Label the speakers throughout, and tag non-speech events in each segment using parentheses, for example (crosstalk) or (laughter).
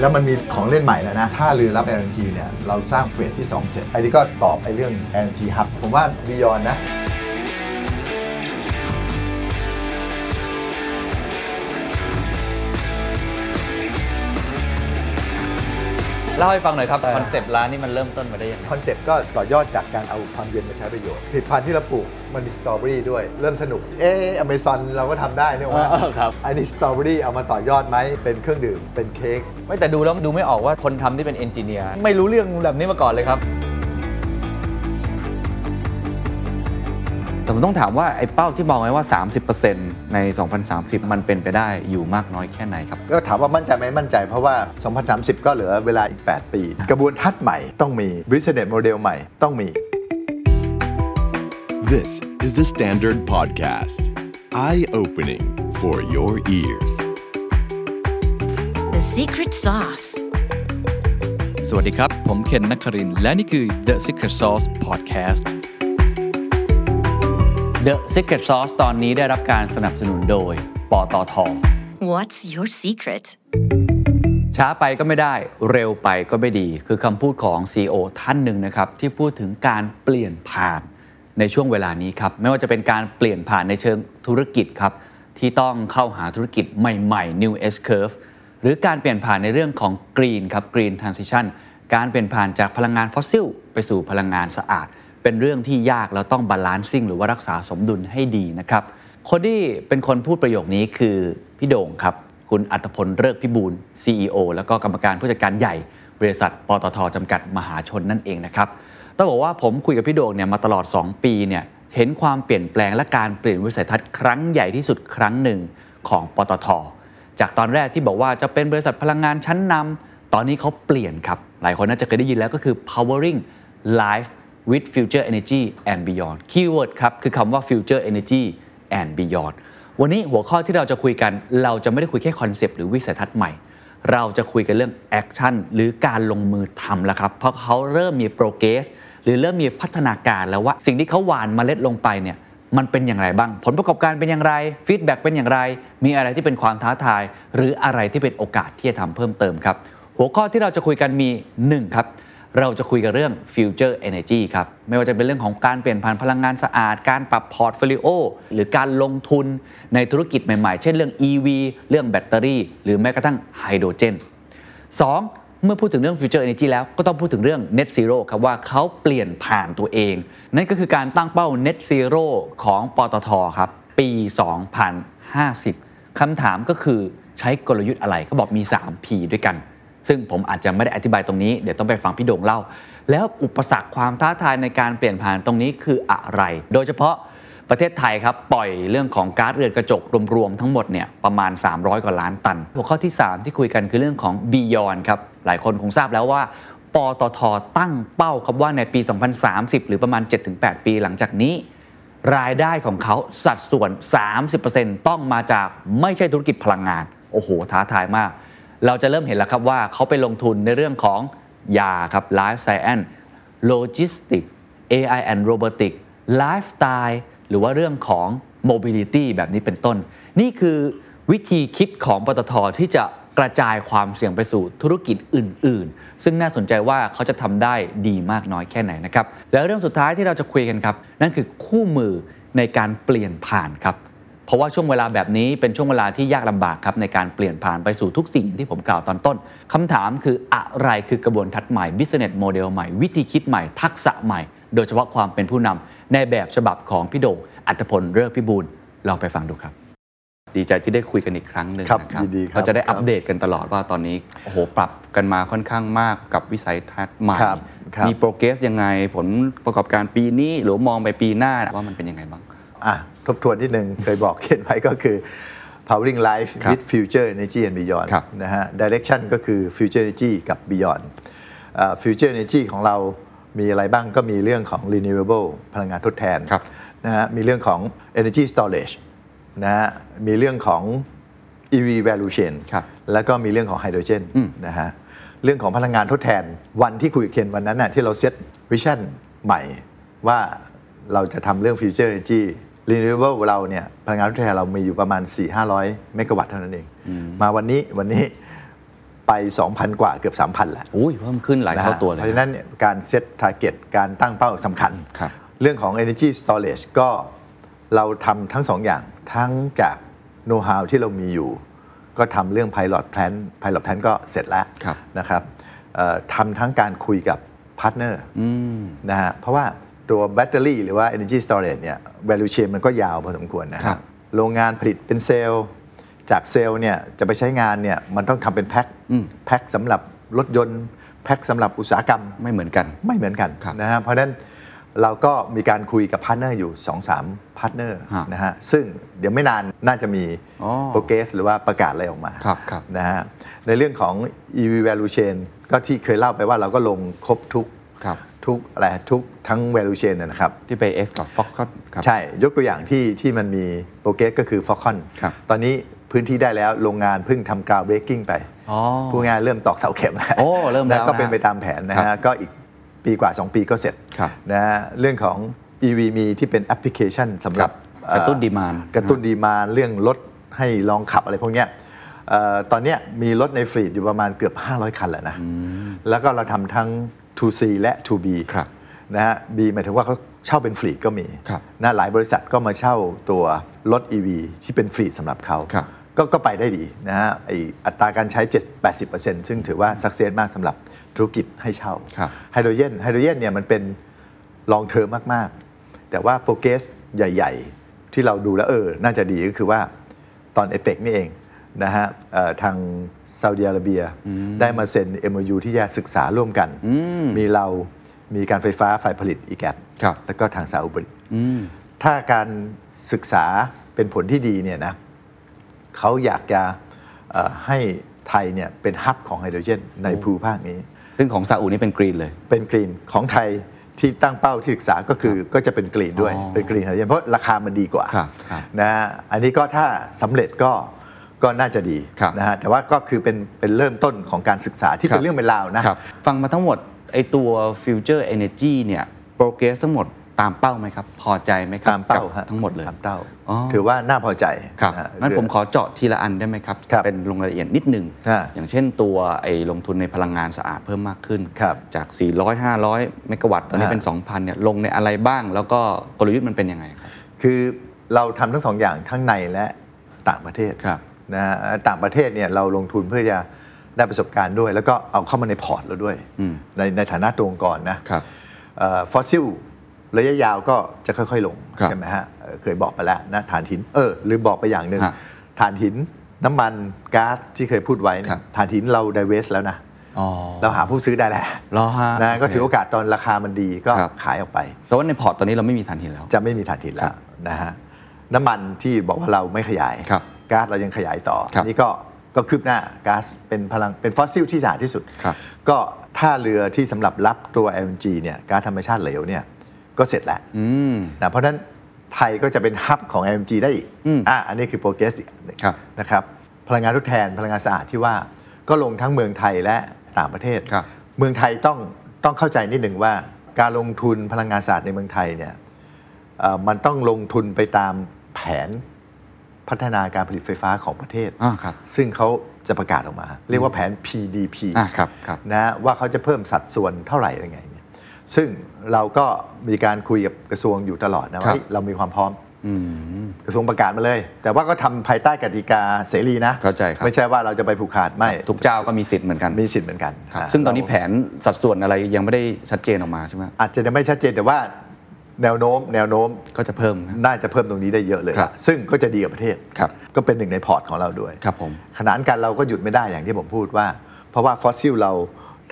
Speaker 1: แล้วมันมีของเล่นใหม่แล้วนะ ถ้าเรือรับ LNG เนี่ย เราสร้างเฟสที่ 2 เสร็จไอ้นี่ก็ตอบไอ้เรื่อง LNG Hub ผมว่าบียอนนะ
Speaker 2: เล่าให้ฟังหน่อยครับ
Speaker 1: เออ
Speaker 2: คอนเซปต์ร้านนี่มันเริ่มต้นมาได้ยังไง
Speaker 1: คอนเซ็ปต์ก็ต่อยอดจากการเอาความเย็นมาใช้ประโยชน์ผลิตภัณฑ์ที่เราปลูกมันมีสตรอเบอรี่ด้วย เริ่มสนุก เอออเมซอนเราก็ทำได้เนี่ยว่า
Speaker 2: เออครับ
Speaker 1: อันนี้สตรอเบอรี่เอามาต่อยอดไหมเป็นเครื่องดื่มเป็นเค้ก
Speaker 2: ไม่แต่ดูแล้วดูไม่ออกว่าคนทำที่เป็นเอนจิเนียร์ไม่รู้เรื่องแบบนี้มาก่อนเลยครับ
Speaker 3: แต่ผมต้องถามว่าไอ้เป้าที่บอกไว้ว่า 30%ใน 2030 มันเป็นไปได้อยู่มากน้อยแค่ไหนครับ
Speaker 1: ก็ถามว่ามั่นใจไหมมั่นใจเพราะว่า 2030 ก็เหลือเวลาอีก 8 ปี กระบวนทัศน์ใหม่ต้องมี business model ใหม่ต้องมี
Speaker 4: This is the Standard Podcast. Eye opening for your ears.
Speaker 5: The secret sauce.
Speaker 6: สวัสดีครับ ผมเคนนักครินทร์และนี่คือ The Secret Sauce Podcast
Speaker 3: The Secret Sauce ตอนนี้ได้รับการสนับสนุนโดยปตท
Speaker 5: What's your secret?
Speaker 3: ช้าไปก็ไม่ได้เร็วไปก็ไม่ดี คือคำพูดของ CEO ท่านหนึ่งนะครับ ที่พูดถึงการเปลี่ยนผ่านในช่วงเวลานี้ครับ ไม่ว่าจะเป็นการเปลี่ยนผ่านในเชิงธุรกิจครับ ที่ต้องเข้าหาธุรกิจใหม่ๆ New S Curve หรือการเปลี่ยนผ่านในเรื่องของ Green ครับ Green Transition การเปลี่ยนผ่านจากพลังงานฟอสซิล ไปสู่พลังงานสะอาด เป็นเรื่องที่ยากแล้วต้องบาลานซิ่งหรือว่ารักษาสมดุลให้ดีนะครับ คนที่เป็นคนพูดประโยคนี้คือพี่โด่งครับ คุณอัตพลเลิกพิบูล CEO แล้วก็กรรมการผู้จัดการใหญ่ บริษัทปตทจำกัดมหาชนนั่นเองนะครับต้องบอกว่าผมคุยกับพี่โด่งเนี่ยมาตลอด 2 ปีเนี่ยเห็นความเปลี่ยนแปลงและการเปลี่ยนวิสัยทัศน์ครั้งใหญ่ที่สุดครั้งหนึ่งของปตท จากตอนแรกที่บอกว่าจะเป็นบริษัทพลังงานชั้นนำตอนนี้เขาเปลี่ยนครับ หลายคนน่าจะเคยได้ยินแล้วก็คือ powering life with future energy and beyond keyword ครับ คือคำว่า future energy and beyond วันนี้หัวข้อที่เราจะคุยกัน เราจะไม่ได้คุยแค่คอนเซปต์หรือวิสัยทัศน์ใหม่ เราจะคุยกันเรื่องแอคชั่นหรือการลงมือทำแล้วครับ เพราะเขาเริ่มมีโปรเกรสหรือเริ่มมีพัฒนาการแล้วว่าสิ่งที่เขาหว่านเมล็ดลงไปเนี่ย มันเป็นอย่างไรบ้าง ผลประกอบการเป็นอย่างไรฟีดแบ็กเป็นอย่างไร มีอะไรที่เป็นความท้าทาย หรืออะไรที่เป็นโอกาสที่จะทำเพิ่มเติมครับ หัวข้อที่เราจะคุยกันมี 1 ครับ เราจะคุยกันเรื่อง future energy ครับ ไม่ว่าจะเป็นเรื่องของการเปลี่ยนผ่านพลังงานสะอาด การปรับพอร์ตโฟลิโอหรือการลงทุนในธุรกิจใหม่ๆ เช่นเรื่อง EV เรื่องแบตเตอรี่ หรือแม้กระทั่งไฮโดรเจน 2 เมื่อพูดถึงเรื่อง Future Energy แล้วก็ต้องพูดถึงเรื่อง Net Zero ครับว่าเขาเปลี่ยนผ่านตัวเอง นั่นก็คือการตั้งเป้า Net Zero ของปตทครับ ปี 2050 คำถามก็คือใช้กลยุทธ์อะไรเขาบอกมี 3P ด้วยกัน ซึ่งผมอาจจะไม่ได้อธิบายตรงนี้ เดี๋ยวต้องไปฟังพี่โด่งเล่า แล้วอุปสรรคความท้าทายในการเปลี่ยนผ่านตรงนี้คืออะไร โดยเฉพาะ ประเทศไทยครับ ปล่อยเรื่องของก๊าซเรือนกระจกรวม ๆ ทั้งหมดเนี่ยประมาณ 300 กว่าล้านตัน หัวข้อที่ 3 ที่คุยกันคือเรื่องของ Beyond ครับ หลายคนคงทราบแล้วว่า ปตทตั้งเป้าครับว่าในปี 2030 หรือประมาณ 7-8 ปีหลังจากนี้ รายได้ของเขาสัดส่วน 30%ต้องมาจากไม่ใช่ธุรกิจพลังงาน โอ้โห ท้าทายมาก เราจะเริ่มเห็นแล้วครับว่าเขาไปลงทุนในเรื่องของยาครับ Life Science โลจิสติก AI and Robotic ไลฟ์สไตล์หรือว่าเรื่องของ Mobility แบบนี้เป็นต้น นี่คือวิธีคิดของปตทที่จะกระจายความเสี่ยงไปสู่ธุรกิจอื่น ๆ ซึ่งน่าสนใจว่าเขาจะทำได้ดีมากน้อยแค่ไหนนะครับ แล้วเรื่องสุดท้ายที่เราจะคุยกันครับ นั่นคือคู่มือในการเปลี่ยนผ่านครับ เพราะว่าช่วงเวลาแบบนี้เป็นช่วงเวลาที่ยากลำบากครับในการเปลี่ยนผ่านไปสู่ทุกสิ่งที่ผมกล่าวตอนต้นคำถามคืออะไรคือกระบวนทัศน์ใหม่ business model ใหม่ วิธีคิดใหม่ ทักษะใหม่ โดยเฉพาะความเป็นผู้นำในแบบฉบับของพี่โด่งอัตพลเลิกพิบูลลองไปฟังดูครับ ดีใจที่ได้คุยกันอีกครั้งหนึ่ง
Speaker 1: ครับ
Speaker 3: นะครับ
Speaker 1: ยินดีครับ
Speaker 3: เราจะได้
Speaker 1: ครับ
Speaker 3: อัปเดตกันตลอดว่าตอนนี้โอ้โหปรับกันมาค่อนข้างมากกับวิสัยทัศน์ใหม่
Speaker 1: ครับครับ
Speaker 3: มีโปรเกรสยังไงผลประกอบการปีนี้หรือมองไปปีหน้าว่ามันเป็นยังไงบ้าง
Speaker 1: อ่ะทบทวนที่หนึ่ง เคยบอกเขียนไว้ก็คือ powering life
Speaker 3: ครับ
Speaker 1: with future energy and beyond
Speaker 3: ครับ
Speaker 1: นะฮะ direction ก็คือ future energy กับ beyond อ่า future energy ของเรามีอะไรบ้างก็มีเรื่องของ renewable พลังงานทดแทน
Speaker 3: ครับ
Speaker 1: นะฮะมีเรื่องของ energy storage นะฮะมีเรื่องของ EV value chain
Speaker 3: ครับ
Speaker 1: แล้วก็มีเรื่องของไฮโดรเจน
Speaker 3: อืม
Speaker 1: นะฮะเรื่องของพลังงานทดแทน วันที่คุยกับเคนวันนั้นน่ะที่เราเซตวิชั่นใหม่ว่าเราจะทำเรื่องฟิวเจอร์ที่ renewable เราเนี่ยพลังงานทดแทนเรามีอยู่ประมาณ 4 5 0 0 เมกะวัตต์เท่านั้นเอง มาวันนี้วันนี้ ไป 2,000 กว่าเกือบ 3,000แหละ
Speaker 3: อุ้ยเพิ่มขึ้นหลายเท่าตัวเลย
Speaker 1: เพราะ
Speaker 3: ค
Speaker 1: ฉะ
Speaker 3: รับ
Speaker 1: นั้นเนี่ยการเซต t า r g เก็ตการตั้งเป้าสำคัญ
Speaker 3: ครับ
Speaker 1: เรื่องของ energy storage ก็เราทำทั้งสองอย่างทั้งจากโน้ต h าวที่เรามีอยู่ ก็ทำเรื่อง Pilot Plan Pilot Plan ก็เสร็จแล้ว
Speaker 3: ครับ
Speaker 1: นะครับเอ่อทำทั้งการคุยกับพาร์ทเนอร์นะฮะเพราะว่าตัวแบตเตอรี่หรือว่า energy storage เนี่ย value chain มันก็ยาวพอสมควรนะฮะ
Speaker 3: ครับ
Speaker 1: โรงงานผลิตเป็นเซลล์ จากเซลล์เนี่ยจะไปใช้งานเนี่ยมันต้องทำเป็นแพ็คแพ็คสำหรับรถยนต์ แพ็คสำหรับอุตสาหกรรม
Speaker 3: ไม่เหมือนกัน
Speaker 1: ไม่เหมือนกัน
Speaker 3: ครับ
Speaker 1: นะฮะเพราะฉะนั้นเราก็มีการคุยกับพาร์ทเนอร์อยู่ 2-3สามพาร์ทเนอร์
Speaker 3: ฮะ
Speaker 1: นะฮะซึ่งเดี๋ยวไม่นานน่าจะมี
Speaker 3: อ๋อ
Speaker 1: โปรเกรสหรือว่าประกาศอะไรออกมา
Speaker 3: ครับครับ
Speaker 1: นะฮะในเรื่องของ EV value chain ก็ที่เคยเล่าไปว่าเราก็ลงครบทุก
Speaker 3: ครับ
Speaker 1: ทุกอะไรทุกทั้ง value chain นะนะครับ
Speaker 3: ที่ไปเอ็กซ์กับ Fox ก็ครับ
Speaker 1: ใช่ ยกตัวอย่างที่ที่มันมีโปรเกรสก็คือฟอ l คอน
Speaker 3: ครับ
Speaker 1: ตอนนี้พื้นที่ได้แล้วโรงงานเพิ่งทำกราวเบรกกิ้งไป
Speaker 3: อ๋อ
Speaker 1: ผู้งานเริ่มตอกเสาเข็มแล้ว
Speaker 3: โอ้เริ่มแล้ว
Speaker 1: ก็เป็น
Speaker 3: นะฮะ
Speaker 1: ไปตามแผนนะ
Speaker 3: ครั
Speaker 1: ฮะ
Speaker 3: บ
Speaker 1: ก็อีกปีกว่า 2 ปีก็เสร็จ
Speaker 3: ครับ
Speaker 1: นะฮะเรื่องของ EV มีที่เป็นแอปพลิเคชันสำหรับ
Speaker 3: ครับกระตุ้น
Speaker 1: เอ่อ
Speaker 3: demand
Speaker 1: กระตุ้นดีมานเรื่องรถให้ลองขับอะไรพวกเนี้ยเอ่อตอนเนี้ยมีรถในฟรีดอยู่ประมาณเกือบ 500 คันแล้วนะแล้วก็เราทำทั้ง 2C และ 2B
Speaker 3: ครับ
Speaker 1: นะฮะ B หมายถึงว่าเขาเช่าเป็นฟรีดก็มี
Speaker 3: ครับ
Speaker 1: นะหลายบริษัทก็มาเช่าตัวรถ EV ที่เป็นฟรีดสำหรับเขา
Speaker 3: ครับ
Speaker 1: ก็ก็ไปได้ดีนะฮะไออัตราการใช้ 70-80%ซึ่งถือว่าสักเซสมากสำหรับธุรกิจให้เช่า
Speaker 3: ครับ
Speaker 1: ไฮโดรเจนไฮโดรเจนเนี่ยมันเป็นลองเทอมมากๆ แต่ว่าโปรเกรสใหญ่ ๆ ที่เราดูแล้วเออ น่าจะดีก็คือว่าตอนเอเปกนี่เองนะฮะเอ่อทางซาอุดิอาระเบียได้มาเซ็น MOU ที่จะศึกษาร่วมกัน มีเรา มีการไฟฟ้าฝ่ายผลิตอีกแก
Speaker 3: ครับ
Speaker 1: แล้วก็ทางสาอุบริถ้าการศึกษาเป็นผลที่ดีเนี่ยนะเขาอยากจะเอ่อให้ไทยเนี่ยเป็นฮับของไฮโดรเจนในภูมิภาคนี้
Speaker 3: ซึ่งของซาอุนี่เป็นกรีนเลย
Speaker 1: เป็นกรีนของไทยที่ตั้งเป้าที่ศึกษาก็คือก็จะเป็นกรีนด้วย เป็นกรีนไฮโดรเจนเพราะราคามันดีกว่า
Speaker 3: ครับครับ
Speaker 1: นะฮะอันนี้ก็ถ้าสำเร็จก็ก็น่าจะดี
Speaker 3: ครับ
Speaker 1: นะฮะแต่ว่าก็คือเป็นเป็นเริ่มต้นของการศึกษาที่เป็นเรื่องเป็นราวนะ
Speaker 3: ครับฟังมาทั้งหมด ไอตัว Future Energy เนี่ยโปรเกรสทั้งหมดตามเป้าไหมครับ พอใจไหมครับ
Speaker 1: ตามเป้า
Speaker 3: กับ
Speaker 1: ฮะ
Speaker 3: ทั้งหมดเลย
Speaker 1: ตามเป้า
Speaker 3: อ๋อ
Speaker 1: ถือว่าน่าพอใจ
Speaker 3: ครับ
Speaker 1: ะฮะ
Speaker 3: งั้นผม
Speaker 1: เรื่ง
Speaker 3: ขอเจาะทีละอันได้ไหมครับ
Speaker 1: ครับ
Speaker 3: เป็นลงรายละเอียดนิดหนึ่ง
Speaker 1: อ่า
Speaker 3: อย่างเช่นตัวไอ้ลงทุนในพลังงานสะอาดเพิ่มมากขึ้น
Speaker 1: ครับ
Speaker 3: จาก 400 500 เมกะวัตต์ตอนนี้
Speaker 1: อ่า
Speaker 3: เป็น 2,000เนี่ยลงในอะไรบ้าง แล้วก็กลยุทธ์มันเป็นยังไงครับ
Speaker 1: คือเราทำทั้งสองอย่างทั้งในและต่างประเทศ
Speaker 3: ครับ
Speaker 1: นะฮะต่างประเทศเนี่ยเราลงทุนเพื่อจะได้ประสบการณ์ด้วย แล้วก็เอาเข้ามาในพอร์ตเราด้วย
Speaker 3: อืม
Speaker 1: ในในฐานะตัวองค์กรนะครับ ฟอสซิลระยะยาวก็จะค่อยๆลง
Speaker 3: ครับ
Speaker 1: ใช่ไหมฮะเอ่อเคยบอกไปแล้วนะถ่านหินเออลืมบอกไปอย่างหนึ่ง
Speaker 3: ฮะ
Speaker 1: ถ่านหินน้ำมันก๊าซที่เคยพูดไว้เนี่ย
Speaker 3: ครับ
Speaker 1: ถ่านหินเราไดเวสแล้วนะ
Speaker 3: อ๋อ
Speaker 1: เราหาผู้ซื้อได้แล้ว
Speaker 3: เหรอฮะ
Speaker 1: นะก็
Speaker 3: โอเค
Speaker 1: ถือโอกาสตอนราคามันดีก็
Speaker 3: ครับ
Speaker 1: ขายออกไป
Speaker 3: แต่ว่าในพอร์ตตอนนี้เราไม่มีฐานหินแล้ว
Speaker 1: จะไม่มีถ่านหินแล้วนะฮะน้ำมันที่บอกว่าเราไม่ขยาย
Speaker 3: ครับ
Speaker 1: ก๊าซเรายังขยายต่อ
Speaker 3: ครับ
Speaker 1: อันนี่ก็ก็คืบหน้าก๊าซเป็นพลังเป็นฟอสซิลที่สะอาดที่สุด
Speaker 3: ครับ
Speaker 1: ก็ท่าเรือที่สำหรับรับตัว LNG เนี่ยก๊าซธรรมชาติเหลวเนี่ยก็เสร็จแล้ว
Speaker 3: ม
Speaker 1: นะเพราะฉะนั้นไทยก็จะเป็นฮับของ LNG ได้อีก
Speaker 3: อืม
Speaker 1: อ่ะอันนี้คือโปรเกรสอีกอันหนึ่ง
Speaker 3: ครับ
Speaker 1: นะครับพลังงานทดแทนพลังงานสะอาดที่ว่าก็ลงทั้งเมืองไทยและต่างประเทศ
Speaker 3: ครับ
Speaker 1: เมืองไทยต้องต้องเข้าใจนิดหนึ่งว่า การลงทุนพลังงานสะอาดในเมืองไทยเนี่ยเอ่อมันต้องลงทุนไปตามแผนพัฒนาการผลิตไฟฟ้าของประเทศ
Speaker 3: อ่าครับ
Speaker 1: ซึ่งเขาจะประกาศออกมา เรียกว่าแผน PDP
Speaker 3: อ่าครับครับ
Speaker 1: นะว่าเขาจะเพิ่มสัดส่วนเท่าไหร่ยังไงเนี่ยซึ่งเราก็มีการคุยกับกระทรวงอยู่ตลอดนะว่าเฮ้ยเรามีความพร้อม กระทรวงประกาศมาเลย แต่ว่าก็ทำภายใต้กติกาเสรีนะ
Speaker 3: เข้าใจครับ
Speaker 1: ไม่ใช่ว่าเราจะไปผูกขาดไม่
Speaker 3: ทุกเจ้าก็มีสิทธิ์เหมือนกัน
Speaker 1: มีสิทธิ์เหมือนกัน
Speaker 3: ครับ
Speaker 1: อ่า
Speaker 3: ซึ่งตอนนี้
Speaker 1: เรา
Speaker 3: แผนสัดส่วนอะไรยังไม่ได้ชัดเจนออกมาใช่ไหม
Speaker 1: อาจจะยังไม่ชัดเจนแต่ว่าแนวโน้ม แนวโน้ม
Speaker 3: ก็จะเพิ่มนะ
Speaker 1: น่าจะเพิ่มตรงนี้ได้เยอะเลย
Speaker 3: ครับ
Speaker 1: ล่ะซึ่งก็จะดีกับประเทศ
Speaker 3: ครับ
Speaker 1: ก็เป็นหนึ่งในพอร์ตของเราด้วย
Speaker 3: ครับผม
Speaker 1: ขนานกันเราก็หยุดไม่ได้อย่างที่ผมพูดว่า เพราะว่าฟอสซิลเรา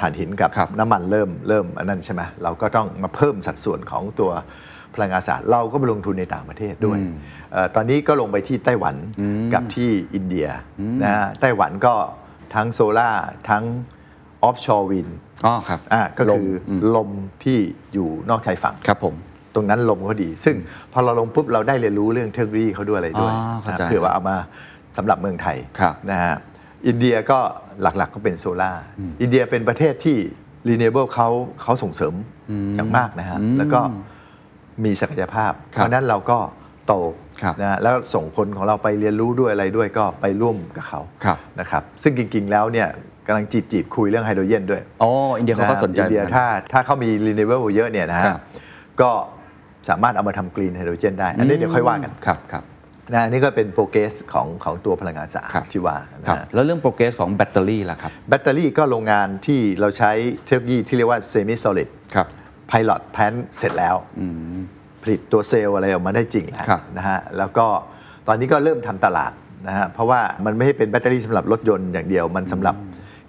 Speaker 1: ถ่านหินกับ
Speaker 3: ครับ
Speaker 1: น้ำมันเริ่มเริ่มอันนั้นใช่ไหมเราก็ต้องมาเพิ่มสัดส่วนของตัวพลังงานสะอาดเราก็ไปลงทุนในต่างประเทศด้วยเออตอนนี้ก็ลงไปที่ไต้หวันกับที่อินเดียนะฮะไต้หวันก็ทั้งโซล่าร์ทั้งออฟชอร์วิน
Speaker 3: อ๋อครับ
Speaker 1: อ่าก็คือลมที่อยู่นอกชายฝั่ง
Speaker 3: ครับผม
Speaker 1: ตรงนั้นลมเขาดี ซึ่งพอเราลงปุ๊บเราได้เรียนรู้เรื่องเทคโนโลยีเขาด้วยอะไรด้วย
Speaker 3: อ่าเข้าใจ
Speaker 1: นะเผื่อว่าเอามาสำหรับเมืองไทย
Speaker 3: ครับ
Speaker 1: นะฮะอินเดียก็หลักๆก็เป็นโซลา่าอินเดียเป็นประเทศที่ Renewable เขาเขาส่งเสริมอย่างมากนะฮะแล้วก็มีศักยภาพ เพราะฉะนั้นเราก็โต
Speaker 3: ครับ
Speaker 1: นะฮะแล้วส่งคนของเราไปเรียนรู้ด้วยอะไรด้วยก็ไปร่วมกับเขา
Speaker 3: ครับ
Speaker 1: นะครับซึ่งจริงๆแล้วเนี่ย กำลังจีบจีบคุยเรื่องไฮโดรเจนด้วย
Speaker 3: อ๋ออินเดียเขาก็สนใจ
Speaker 1: อินเดีย
Speaker 3: เหมือนกัน
Speaker 1: ถ้าถ้าเขามี renewable เยอะเนี่ยนะฮะ
Speaker 3: ครับ
Speaker 1: ก็สามารถเอามาทำกรีนไฮโดรเจนได้ อันนี้เดี๋ยวค่อยว่ากัน
Speaker 3: ครับครับ
Speaker 1: นะอันนี้ก็เป็นโปรเกสของของตัวพลังงานสะอาด
Speaker 3: ครับ
Speaker 1: ที่ว่านะครับ ฮะ
Speaker 3: แล้วเรื่องโปรเกรสของแบตเตอรี่ล่ะครับ
Speaker 1: แบตเตอรี่ก็โรงงานที่เราใช้เทคโนโลยีที่เรียกว่าเซมิโซลิด
Speaker 3: ครับ
Speaker 1: พ l o t แพนเสร็จแล้ว ผลิตตัวเซลล์อะไรออกมาได้จริงแล้ว
Speaker 3: ครับ
Speaker 1: นะฮะแล้วก็ตอนนี้ก็เริ่มทำตลาดนะฮะเพราะว่ามันไม่ใช่เป็นแบตเตอรี่สำหรับรถยนต์อย่างเดียว มันสำหรับ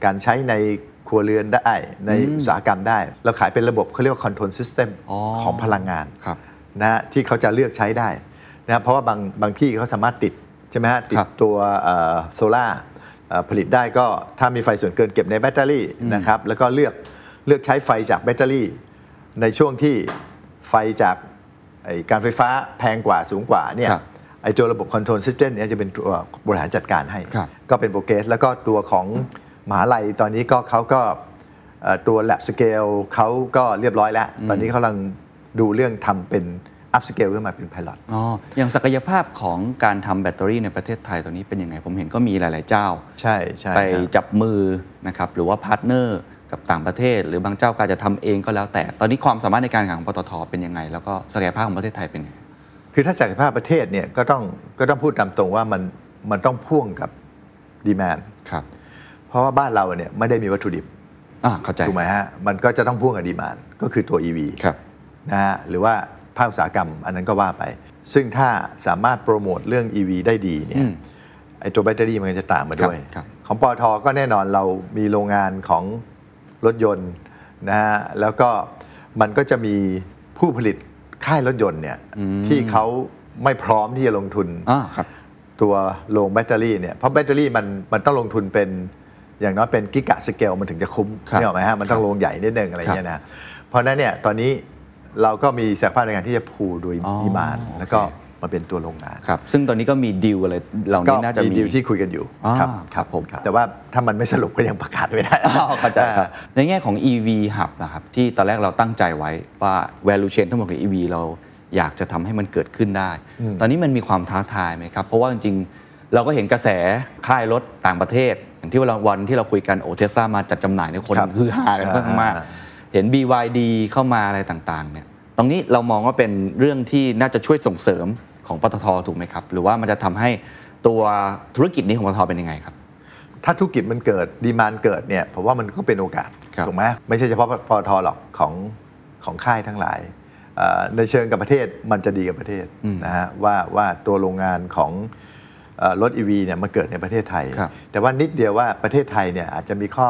Speaker 1: การใช้ในครัวเรือนได้ ในอุตสาหกรรมได้ เราขายเป็นระบบเขาเรียกว่า Control System
Speaker 3: อ๋อ
Speaker 1: ของพลังงาน
Speaker 3: ครับ
Speaker 1: นะฮะที่เขาจะเลือกใช้ได้นะฮะเพราะว่าบางบางที่เขาสามารถติดใช่ไหมฮะติ
Speaker 3: ครั
Speaker 1: ด
Speaker 3: บ
Speaker 1: ตัวโซล่า เอ่อผลิตได้ก็ถ้ามีไฟส่วนเกินเก็บในแบตเตอรี่นะครับแล้วก็เลือกเลือกใช้ไฟจากแบตเตอรี่ ในช่วงที่ไฟจากไอ้การไฟฟ้าแพงกว่าสูงกว่าเนี่ย
Speaker 3: ครับ
Speaker 1: ไอ้ตัวระบบคอนโทรลซิสเต็มเนี่ยจะเป็นตัวบริหารจัดการให้
Speaker 3: ครับ
Speaker 1: ก็เป็นโปรเกรสแล้วก็ตัวของมหาลัยตอนนี้ก็เขาก็เอ่อตัว lab scale เขาก็เรียบร้อยแล้ว ตอนนี้เขากำลังดูเรื่องทำเป็น up scale ขึ้นมาเป็น pilot
Speaker 3: อ๋ออย่างศักยภาพของการทำแบตเตอรี่ในประเทศไทยตอนนี้เป็นยังไง ผมเห็นก็มีหลาย ๆ เจ้า
Speaker 1: ใช่ใช่
Speaker 3: ไป
Speaker 1: ครับ
Speaker 3: จับมือนะครับหรือว่าพาร์ทเนอร์กับต่างประเทศ หรือบางเจ้าก็อาจจะทำเองก็แล้วแต่ ตอนนี้ความสามารถในการแข่งขันของปตทเป็นยังไง แล้วก็ศักยภาพของประเทศไทยเป็นยังไง
Speaker 1: คือถ้าศักยภาพประเทศเนี่ยก็ต้องก็ต้องพูดตามตรงว่ามันมันต้องพ่วงกับดีแมน
Speaker 3: ครับ
Speaker 1: เพราะว่าบ้านเราเนี่ยไม่ได้มีวัตถุดิบ
Speaker 3: อ่าเข้าใจ
Speaker 1: ถูกไหมฮะมันก็จะต้องพ่วงกับดีแมนก็คือตัว EV
Speaker 3: ครับ
Speaker 1: นะฮะหรือว่าภาคอุตสาหกรรมอันนั้นก็ว่าไป ซึ่งถ้าสามารถโปรโมทเรื่อง EV ได้ดีเนี่
Speaker 3: อื
Speaker 1: ย
Speaker 3: ม
Speaker 1: ไอ้ตัวแบตเตอรี่มันก็จะตามมาด้วย
Speaker 3: ครับครับ
Speaker 1: ของปอทก็แน่นอนเรามีโรงงานของรถยนต์นะฮะแล้วก็มันก็จะมีผู้ผลิตค่ายรถยนต์เนี่ยที่เขาไม่พร้อมที่จะลงทุน
Speaker 3: อ่าครับ
Speaker 1: ตัวโรงแบตเตอรี่เนี่ย เพราะแบตเตอรี่มันมันต้องลงทุนเป็นอย่างน้อยเป็นกิกะสเกลมันถึงจะคุ้ม
Speaker 3: ครับ
Speaker 1: นี่หรอกไหมฮะ มันต้องลงใหญ่นิดนึงอะไรเงี้ยนะ เพราะฉะนั้นเนี่ยตอนนี้เราก็มีศักยภาพในการที่จะพูลโดย
Speaker 3: อ๋อ
Speaker 1: ดีมานด์
Speaker 3: โอเค
Speaker 1: แล้วก็มาเป็นตัวโรงงาน
Speaker 3: ครับ ซึ่งตอนนี้ก็มีดีลอะไรเหล่า
Speaker 1: ก็
Speaker 3: นี้น่าจะ
Speaker 1: มี
Speaker 3: มี
Speaker 1: ดีลที่คุยกันอยู่
Speaker 3: อ่า
Speaker 1: ครับ
Speaker 3: ครับผม
Speaker 1: แต่ว่าถ้ามันไม่สรุปก็ยังประกาศไม่ได้
Speaker 3: อ้าวเข้าใจครับ
Speaker 1: อ่
Speaker 3: ในแง่ของ EV Hub นะครับที่ตอนแรกเราตั้งใจไว้ว่า value chain ทั้งหมดของ EV เราอยากจะทำให้มันเกิดขึ้นได้ ตอนนี้มันมีความท้าทายไหมครับ เพราะว่าจริงๆ เราก็เห็นกระแสค่ายรถต่างประเทศ อย่างที่วันวันที่เราคุยกันโอเทสซามาจัดจำหน่ายในยคนฮือฮากันมากๆเห็น BYD เข้ามาอะไรต่างๆเนี่ยตรงนี้เรามองว่าเป็นเรื่องที่น่าจะช่วยส่งเสริมของปตทถูกไหมครับหรือว่ามันจะทำให้ตัวธุรกิจนี้ของปตทเป็นยังไงครับ
Speaker 1: ถ้าธุรกิจมันเกิดดีมานด์เกิดเนี่ยผมว่ามันก็เป็นโอกาส
Speaker 3: ครับ
Speaker 1: ถูกไหมไม่ใช่เฉพาะปอทหรอกของของค่ายทั้งหลายเอ่อในเชิงกับประเทศมันจะดีกับประเทศนะฮะว่าว่าตัวโรงงานของเอ่อรถ EV เนี่ยมาเกิดในประเทศไทย
Speaker 3: ครับ
Speaker 1: แต่ว่านิดเดียวว่าประเทศไทยเนี่ยอาจจะมีข้อ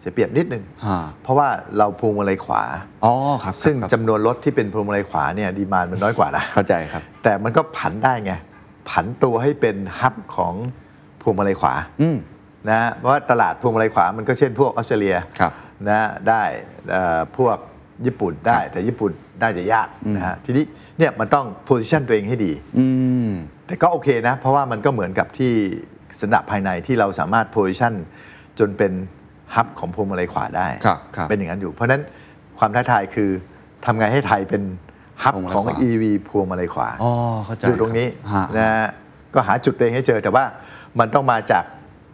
Speaker 1: เสียเปรียบนิดนึง
Speaker 3: ฮะ
Speaker 1: เพราะว่าเราพวงมาลัยขวา
Speaker 3: อ๋อครับครับ
Speaker 1: ซึ่ง
Speaker 3: ครับ
Speaker 1: จำนวนรถที่เป็นพวงมาลัยขวาเนี่ยดีมานมันน้อยกว่านะ
Speaker 3: เข้าใจครับ
Speaker 1: แต่มันก็ผันได้ไง ผันตัวให้เป็นฮับของพวงมาลัยขวา
Speaker 3: อืม
Speaker 1: นะฮะเพราะว่าตลาดพวงมาลัยขวามันก็เช่นพวกออสเตรเลีย
Speaker 3: ครับ
Speaker 1: นะฮะได้เอ่อพวกญี่ปุ่นได้ แต่ญี่ปุ่นได้จะยากนะฮะทีนี้เนี่ยมันต้องโพ i ิชันตัวเองให้ดี
Speaker 3: อืม
Speaker 1: แต่ก็โอเคนะ เพราะว่ามันก็เหมือนกับที่สนับภายในที่เราสามารถโพ i ิชันจนเป็นฮับของพวงมาลัยขวาได้
Speaker 3: ครับครับ
Speaker 1: เป็นอย่างนั้นอยู่ เพราะฉะนั้นความท้าทายคือทำไงให้ไทยเป็นฮับ
Speaker 3: พวงมาลัย
Speaker 1: ของ
Speaker 3: ขวา
Speaker 1: EV พวงมาลัยขวา
Speaker 3: อ๋อเข้าใจ
Speaker 1: อยู่ตรงนี้
Speaker 3: ฮะ
Speaker 1: นะฮะก็หาจุดตัวเองให้เจอแต่ว่ามันต้องมาจาก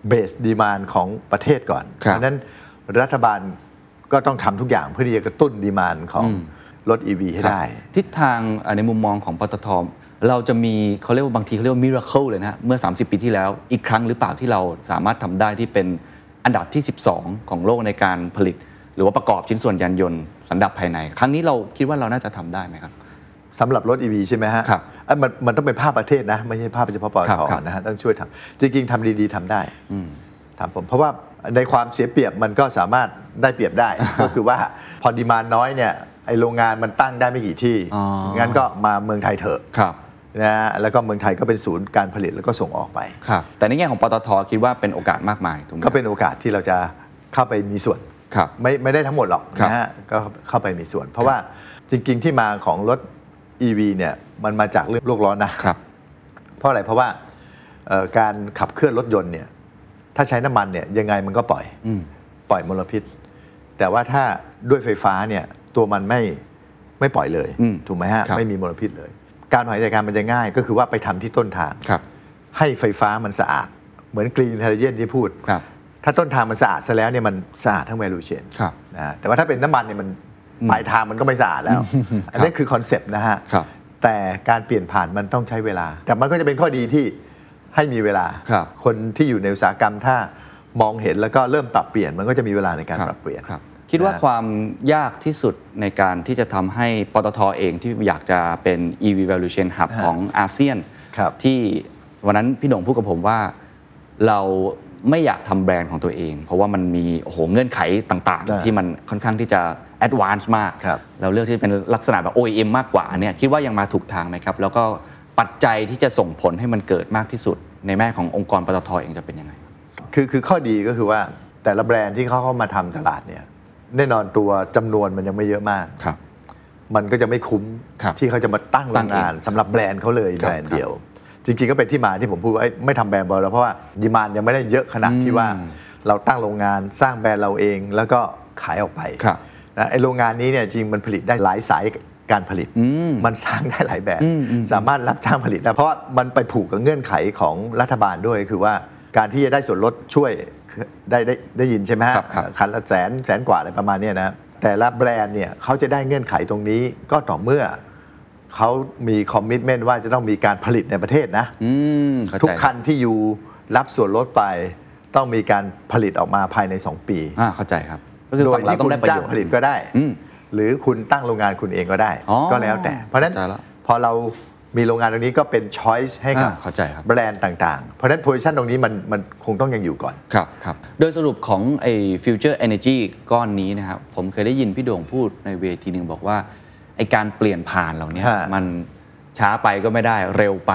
Speaker 1: เบสดีมานของประเทศก่อน
Speaker 3: ครั
Speaker 1: เพ
Speaker 3: บ
Speaker 1: ราะฉะนั้นรัฐบาลก็ต้องทำทุกอย่างเพื่อที่จะกระตุ้นดีมานของรถ EV ให้ได้
Speaker 3: ครับทิศทางเอ่อในมุมมองของปตทเราจะมีเขาเรียกว่าบางทีเขาเรียกว่ามิราเคิลเลยนะฮะเมื่อ 30 ปีที่แล้วอีกครั้งหรือเปล่าที่เราสามารถทำได้ที่เป็นอันดับที่ 12 ของโลกในการผลิต หรือว่าประกอบชิ้นส่วนยานยนต์สันดับภายใน ครั้งนี้เราคิดว่าเราน่าจะทำได้ไหมครับ
Speaker 1: สำหรับรถ EV ใช่ไหมฮะ
Speaker 3: ครับ
Speaker 1: เอ้ยมันมันต้องเป็นภาพประเทศนะ ไม่ใช่ภาพเฉพาะปต
Speaker 3: ครับ
Speaker 1: ท
Speaker 3: ครับ
Speaker 1: นะฮะต้องช่วยทำจริง ๆทำดีๆทำได้ทำผม เพราะว่าในความเสียเปรียบมันก็สามารถได้เปรียบ
Speaker 3: (laughs)
Speaker 1: ได้ ก็คือว่าพอดีมานน้อยเนี่ยไอโรงงานมันตั้งได้ไม่กี่ที่
Speaker 3: อ๋อ
Speaker 1: งั้นก็มาเมืองไทยเถอะ
Speaker 3: ครับ
Speaker 1: นะฮะแล้วก็เมืองไทยก็เป็นศูนย์การผลิตแล้วก็ส่งออกไป
Speaker 3: ครับ แต่ในแง่ของปตทคิดว่าเป็นโอกาสมากมายถูกไหม
Speaker 1: ก็เป็นโอกาสที่เราจะเข้าไปมีส่วน
Speaker 3: ครับ
Speaker 1: ไม่ไม่ได้ทั้งหมดหรอก
Speaker 3: ครับ
Speaker 1: นะฮะก็เข้าไปมีส่วน เพราะว่าจริงๆที่มาของรถ EV เนี่ยมันมาจากเรื่องโลกร้อนนะครับเพราะอะไรเพราะว่าเอ่อการขับเคลื่อนรถยนต์เนี่ยถ้าใช้น้ำมันเนี่ยยังไงมันก็ปล่อย
Speaker 3: อืม
Speaker 1: ปล่อยมลพิษ แต่ว่าถ้าด้วยไฟฟ้าเนี่ยตัวมันไม่ไม่ปล่อยเลย
Speaker 3: อืม
Speaker 1: ถูกไหมฮะ
Speaker 3: ครับ
Speaker 1: ไม่มีมลพิษเลย การบริหารจัดการมันจะง่าย ก็คือว่าไปทำที่ต้นทาง
Speaker 3: ครับ
Speaker 1: ให้ไฟฟ้ามันสะอาด เหมือนกรีนไฮโดรเจนที่พูด
Speaker 3: ครับ
Speaker 1: ถ้าต้นทางมันสะอาดซะแล้วเนี่ยมันสะอาดทั้ง value chain
Speaker 3: ครับ
Speaker 1: นะฮะแต่ว่าถ้าเป็นน้ำมันเนี่ยมันปลายทางมันก็ไม่สะอาดแล้ว อันนี้คือคอนเซปต์นะฮะ
Speaker 3: ครับ
Speaker 1: แต่การเปลี่ยนผ่านมันต้องใช้เวลา แต่มันก็จะเป็นข้อดีที่ให้มีเวลา
Speaker 3: ครับ
Speaker 1: นที่อยู่ในอุตสาหกรรมถ้ามองเห็นแล้วก็เริ่มปรับเปลี่ยนมันก็จะมีเวลาในการ
Speaker 3: ครับ
Speaker 1: ปรับเปลี่ยน
Speaker 3: ครับ คิดว่าความยากที่สุดในการที่จะทำให้ปตทเองที่อยากจะเป็น EV Value Chain Hub ของอาเซียน
Speaker 1: ครับ
Speaker 3: ที่วันนั้นพี่หน่งพูดกับผมว่าเราไม่อยากทำแบรนด์ของตัวเอง เพราะว่ามันมีโอ้โหเงื่อนไขต่าง
Speaker 1: ได้
Speaker 3: ๆ ที่มันค่อนข้างที่จะแอดวานซ์มาก
Speaker 1: ครับ
Speaker 3: เราเลือกที่เป็นลักษณะแบบ OEM มากกว่าอันเนี่ยคิดว่ายังมาถูกทางไหมครับ แล้วก็ปัจจัยที่จะส่งผลให้มันเกิดมากที่สุด ในแม่ขององค์กรปตทเองจะเป็นยังไง
Speaker 1: คือคือข้อดีก็คือว่าแต่ละแบรนด์ที่เขาเข้ามาทำตลาดเนี่ยแน่นอนตัวจำนวนมันยังไม่เยอะมาก
Speaker 3: ครับ
Speaker 1: มันก็จะไม่คุ้ม
Speaker 3: ครับ
Speaker 1: ที่เขาจะมาตั้งโรงงานสำหรับแบรนด์เขาเลย
Speaker 3: ค
Speaker 1: แบ
Speaker 3: รับ
Speaker 1: รนด์เดียว จริงๆก็เป็นที่มาที่ผมพูดว่าเอ้ยไม่ทำแบรนด์บอลแล้วเพราะว่าดีมานยังไม่ได้เยอะขนาดที่ว่าเราตั้งโรงงานสร้างแบรนด์เราเองแล้วก็ขายออกไป
Speaker 3: ครับ
Speaker 1: นะไอโรงงานนี้เนี่ยจริงมันผลิตได้หลายสายการผลิตมันสร้างได้หลายแบรนด์สามารถรับจ้างผลิตได้เพราะว่ามันไปผูกกับเงื่อนไขของรัฐบาลด้วยคือว่าการที่จะได้ส่วนลดช่วยได้ได้ได้ยินใช่ไหมฮะ
Speaker 3: ครับครับ
Speaker 1: คันละแสนแสนกว่าอะไรประมาณเนี้ยนะแต่ละแบรนด์เนี่ยเขาจะได้เงื่อนไขตรงนี้ก็ต่อเมื่อเขามีคอมมิชเมนต์ว่าจะต้องมีการผลิตในประเทศนะ
Speaker 3: อืมเข้าใจ
Speaker 1: ทุกคันที่อยู่รับส่วนลดไป ต้องมีการผลิตออกมาภายใน 2 ปี
Speaker 3: อ่าเข้าใจครับ ก็คือ
Speaker 1: โด
Speaker 3: ฝั่
Speaker 1: ย
Speaker 3: งเรา
Speaker 1: ที่
Speaker 3: ต้อ
Speaker 1: คุ
Speaker 3: ง
Speaker 1: ณ
Speaker 3: ได้ประ
Speaker 1: จ้า
Speaker 3: โย
Speaker 1: ง
Speaker 3: ชน์
Speaker 1: ผลิตก็ได้
Speaker 3: อืม
Speaker 1: หรือคุณตั้งโรงงานคุณเองก็ได้
Speaker 3: อ๋อ
Speaker 1: ก็แล้วแต่ เพราะฉะนั้น
Speaker 3: เข้าใจละ
Speaker 1: พอเรามีโรงงานตรงนี้ก็เป็นช้อยส์ให้กับ
Speaker 3: อ่าเข้าใจครับ
Speaker 1: แบรนด์ต่างๆ เพราะฉะนั้นโพ i ิชันตรงนี้มันมันคงต้องยังอยู่ก่อน
Speaker 3: ครับครับ โดยสรุปของไอ้ future energy ก้อนนี้นะครับ ผมเคยได้ยินพี่โด่งพูดในเวทีหนึ่งบอกว่า ไอ้การเปลี่ยนผ่านเหล่าเนี้ย
Speaker 1: ฮะ
Speaker 3: มันช้าไปก็ไม่ได้เร็วไป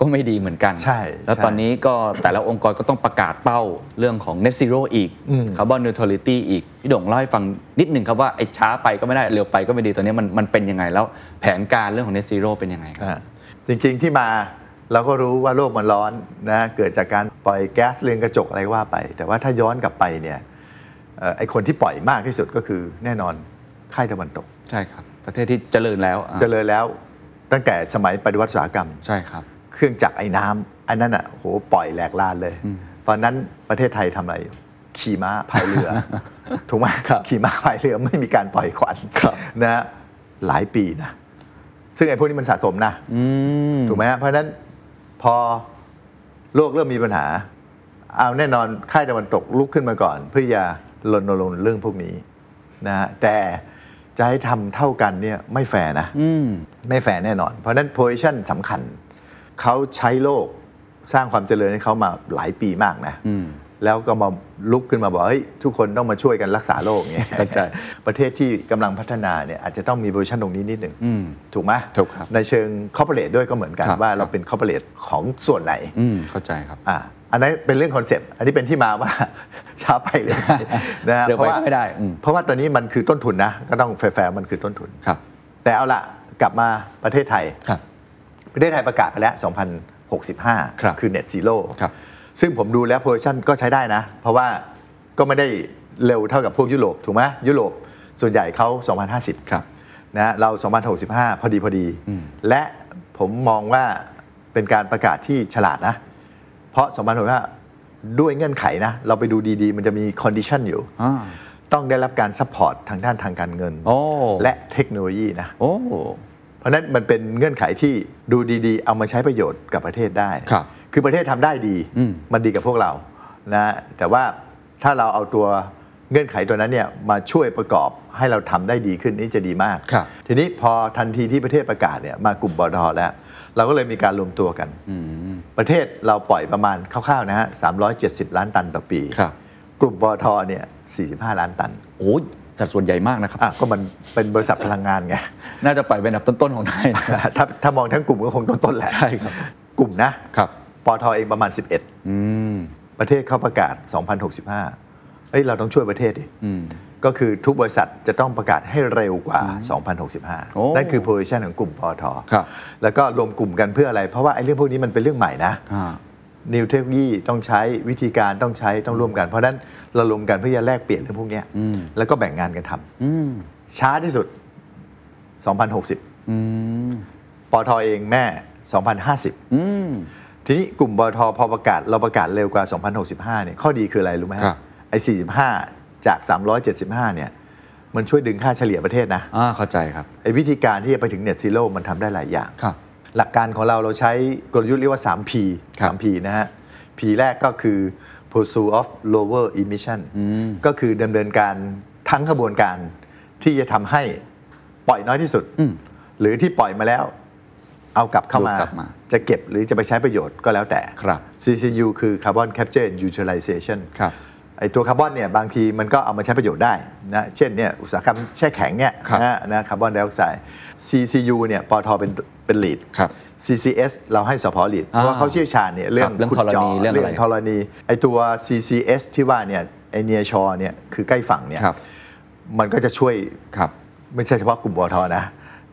Speaker 3: ก็ไม่ดีเหมือนกัน
Speaker 1: ใช่
Speaker 3: แล้ว
Speaker 1: ใช่
Speaker 3: ตอนนี้ก็แต่ละองค์กรก็ต้องประกาศเป้าเรื่องของ net zero อีก
Speaker 1: อืม
Speaker 3: carbon neutrality อีก พี่โด่งเล่าให้ฟังนิดหนึ่งครับว่าไอ้ช้าไปก็ไม่ได้เร็วไปก็ไม่ดีตอนนี้มันมันเป็นยังไงแล้วแผนการเรื่องของ net zero เป็นยังไงครับ
Speaker 1: อ่าจริงๆที่มาเราก็รู้ว่าโลกมันร้อนนะเกิดจากการปล่อยแก๊สเรือนกระจกอะไรว่าไป แต่ว่าถ้าย้อนกลับไปเนี่ยเอ่อไอคนที่ปล่อยมากที่สุดก็คือแน่นอนค่ายตะวันตก
Speaker 3: ใช่ครับ ประเทศที่เจริญแล้วอ่ะ
Speaker 1: เจริญแล้วตั้งแต่สมัยปฏิวัติอุตสาหกรรม
Speaker 3: ใช่ครับ
Speaker 1: เครื่องจักรไอ้น้ำอันนั้นอ่ะโหปล่อยแหลกลานเลย ตอนนั้นประเทศไทยทำอะไรอยู่ขี่ม้าพายเรือ (laughs) ถูกไหมขี่ม้าพายเรือไม่มีการปล่อยควันนะฮะหลายปีนะ ซึ่งไอ้พวกนี้มันสะสมนะถูกไหมฮะเพราะฉะนั้นพอโลกเริ่มมีปัญหา เอาแน่นอนค่ายตะวันตกลุกขึ้นมาก่อน เพื่อจะรณรงค์เรื่องพวกนี้นะฮะแต่จะให้ทำเท่ากันเนี่ยไม่แฟร์นะไม่แฟร์แน่นอน เพราะฉะนั้นโพ i ชั่นสำคัญ เขาใช้โลกสร้างความเจริญให้เขามาหลายปีมากนะแล้วก็มาลุกขึ้นมาบอกเฮ้ยทุกคนต้องมาช่วยกันรักษาโลกเนี่ย
Speaker 3: เข้าใจ
Speaker 1: ประเทศที่กำลังพัฒนาเนี่ยอาจจะต้องมีโพ i ชั่นตรงนี้นิดหนึ่ง
Speaker 3: อืม
Speaker 1: ถูกไหม
Speaker 3: ถูกครับ
Speaker 1: ในเชิงคอร์เปอเรทด้วยก็เหมือนกัน
Speaker 3: ครับ
Speaker 1: ว่าเรา
Speaker 3: ครับ
Speaker 1: เป็นคอร์เปอเรทของส่วนไหน
Speaker 3: อืมเข้าใจครับ
Speaker 1: อ่ะอันนั้นเป็นเรื่องคอนเซปต์ อันนี้เป็นที่มาว่า (laughs) ช้าไปเลยนะฮะ
Speaker 3: (laughs) เร็วไป
Speaker 1: เพราะว่า
Speaker 3: ไม่ได้อืม
Speaker 1: เพราะว่าตอนนี้มันคือต้นทุนนะ ก็ต้องแฟร์ๆมันคือต้นทุน
Speaker 3: ครับ
Speaker 1: แต่เอาละกลับมาประเทศไทย
Speaker 3: ครับ
Speaker 1: ประเทศไทยประกาศไปแล้ว 2065
Speaker 3: ครับ
Speaker 1: คือ Net Zero
Speaker 3: ครับ
Speaker 1: ซึ่งผมดูแล้วโพ i ชันก็ใช้ได้นะ เพราะว่าก็ไม่ได้เร็วเท่ากับพวกยุโรป ถูกไหมยุโรปส่วนใหญ่เขา 2050
Speaker 3: ครับ
Speaker 1: นะเรา 2065 พอดีพอดี และผมมองว่าเป็นการประกาศที่ฉลาดนะ เพราะ 2065 ด้วยเงื่อนไขนะ เราไปดูดีๆ มันจะมีคอนดิชันอยู่
Speaker 3: อ่า
Speaker 1: ต้องได้รับการซัพพอร์ตทางด้านทางการเงิน
Speaker 3: โอ้
Speaker 1: และเทคโนโลยีนะ
Speaker 3: โอ้
Speaker 1: เพราะฉะนั้นมันเป็นเงื่อนไขที่ดูดีๆ เอามาใช้ประโยชน์กับประเทศได้
Speaker 3: ครับ
Speaker 1: คือประเทศทำได้ดี
Speaker 3: อืม
Speaker 1: มันดีกับพวกเรานะแต่ว่าถ้าเราเอาตัวเงื่อนไขตัวนั้นเนี่ยมาช่วยประกอบให้เราทำได้ดีขึ้นนี่จะดีมาก
Speaker 3: ครับ
Speaker 1: ทีนี้พอทันทีที่ประเทศประกาศเนี่ยมากลุ่มบอทอแล้ว เราก็เลยมีการรวมตัวกัน ประเทศเราปล่อยประมาณคร่าวๆนะฮะ370 ล้านตันต่อปี
Speaker 3: ครับ
Speaker 1: กลุ่มบอทอเนี่ย45 ล้านตัน
Speaker 3: โอ้สัดส่วนใหญ่มากนะครับ
Speaker 1: อ่ะก็มันเป็นบริษัทพลังงาน (laughs) ไง
Speaker 3: น่าจะไปเป็นอันดับต้น ๆ ของไทยนะ
Speaker 1: ถ้าถ้ามองทั้งกลุ่มก็คงต้นต้นๆแหละ
Speaker 3: ใช่ครับ
Speaker 1: กลุ่มนะครับ ปอทอเองประมาณ 11
Speaker 3: อืม
Speaker 1: ประเทศเขาประกาศ 2065 เอ้ยเราต้องช่วยประเทศดิก็คือทุกบริษัทจะต้องประกาศให้เร็วกว่า
Speaker 3: โอ้
Speaker 1: 2065 นั่นคือโพ i ิชันของกลุ่มปอทอ
Speaker 3: ครับ
Speaker 1: แล้วก็รวมกลุ่มกันเพื่ออะไร เพราะว่าไอ้เรื่องพวกนี้มันเป็นเรื่องใหม่นะ
Speaker 3: อ่า
Speaker 1: นิวเทคโนโลยีต้องใช้วิธีการต้องใช้ต้องร่วมกัน เพราะฉะนั้นเรารวมกันเพื่อจะแลกเปลี่ยนเรื่องพวกเนี้ยแล้วก็แบ่งงานกันทำ
Speaker 3: อืม
Speaker 1: ช้าที่สุด 2060
Speaker 3: อืม
Speaker 1: ปอทอเองแม่ 2050
Speaker 3: อืม
Speaker 1: ทีนี้กลุ่มปอทอพอประกาศเราประกาศเร็วกว่า 2065 เนี่ยข้อดีคืออะไรรู้ไหมฮะ
Speaker 3: ครับ
Speaker 1: ไอ้45 จาก 375 เนี่ย มันช่วยดึงค่าเฉลี่ยประเทศนะ
Speaker 3: อ่าเข้าใจครับ
Speaker 1: ไอ้วิธีการที่จะไปถึง Net Zero มันทำได้หลายอย่าง
Speaker 3: ครับ
Speaker 1: หลักการของเราเราใช้กลยุทธ์เรียกว่า 3P
Speaker 3: ครับ
Speaker 1: 3P นะฮะ P แรกก็คือ pursuit of lower emission ก็คือดำเนินการทั้งขบวนการที่จะทำให้ปล่อยน้อยที่สุด หรือที่ปล่อยมาแล้ว เอากลับเข้ามา
Speaker 3: ดูดกลับมา
Speaker 1: จะเก็บหรือจะไปใช้ประโยชน์ก็แล้วแต่
Speaker 3: ครับ
Speaker 1: CCU คือ carbon capture and utilization
Speaker 3: ครับ
Speaker 1: ไอตัวคาร์บอนเนี่ยบางทีมันก็เอามาใช้ประโยชน์ได้นะเช่นเนี่ยอุตสาหกรรมแช่แข็งเนี่ย
Speaker 3: ครับ
Speaker 1: นะนะคาร์บอนไดออกไซด์ CCU เนี่ยปอทเป็นเป็นลีด
Speaker 3: ครับ
Speaker 1: CCS เราให้สพลีดเพราะว่า
Speaker 3: อ่า
Speaker 1: เขาเชี่ยวชาญเนี่ยเรื่อง
Speaker 3: ครับเรื่อง
Speaker 1: ขุดเจาะ
Speaker 3: ธรณีเรื่องอะไร
Speaker 1: ธรณีไอตัว CCS ที่ว่าเนี่ยไอเนียชอเนี่ยคือใกล้ฝั่งเนี่ย
Speaker 3: ครับ
Speaker 1: มันก็จะช่วย
Speaker 3: ครับ
Speaker 1: ไม่ใช่เฉพาะกลุ่มปอทนะ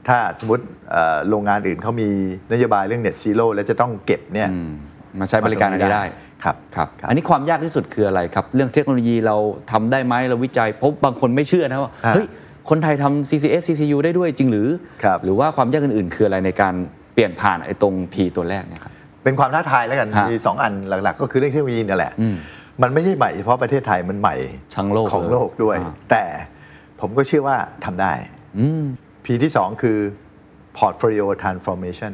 Speaker 1: ถ้าสมมติเอ่อโรงงานอื่นเขามีนโยบายเรื่อง net zero แล้วจะต้องเก็บเนี่ย
Speaker 3: อืมมาใช้บริการอันนี้ได้
Speaker 1: ครับ
Speaker 3: ครับ
Speaker 1: ครับ
Speaker 3: อันนี้ความยากที่สุดคืออะไรครับ เรื่องเทคโนโลยีเราทำได้ไหมเราวิจัยเพบ บางคนไม่เชื่อนะว่า
Speaker 1: อ่า
Speaker 3: เฮ้ย คนไทยทำ CCS CCU ได้ด้วยจริงหรือ
Speaker 1: ครับ
Speaker 3: หรือว่าความยากอื่นๆ คืออะไรในการเปลี่ยนผ่านไอ้ตรง P ตัวแรกเนี่ยครับ
Speaker 1: เป็นความท้าทายแล้วกัน
Speaker 3: ฮะ
Speaker 1: มี 2 อันหลักๆ ก็คือเรื่องเทคโนโลยีนั่นแหละ มันไม่ใช่ใหม่เฉพาะประเทศไทยมันใหม่
Speaker 3: ทั้งโลก
Speaker 1: ของโลกด้วย
Speaker 3: อ่า
Speaker 1: แต่ผมก็เชื่อว่าทำได้
Speaker 3: อืม
Speaker 1: P ที่ 2 คือ portfolio transformation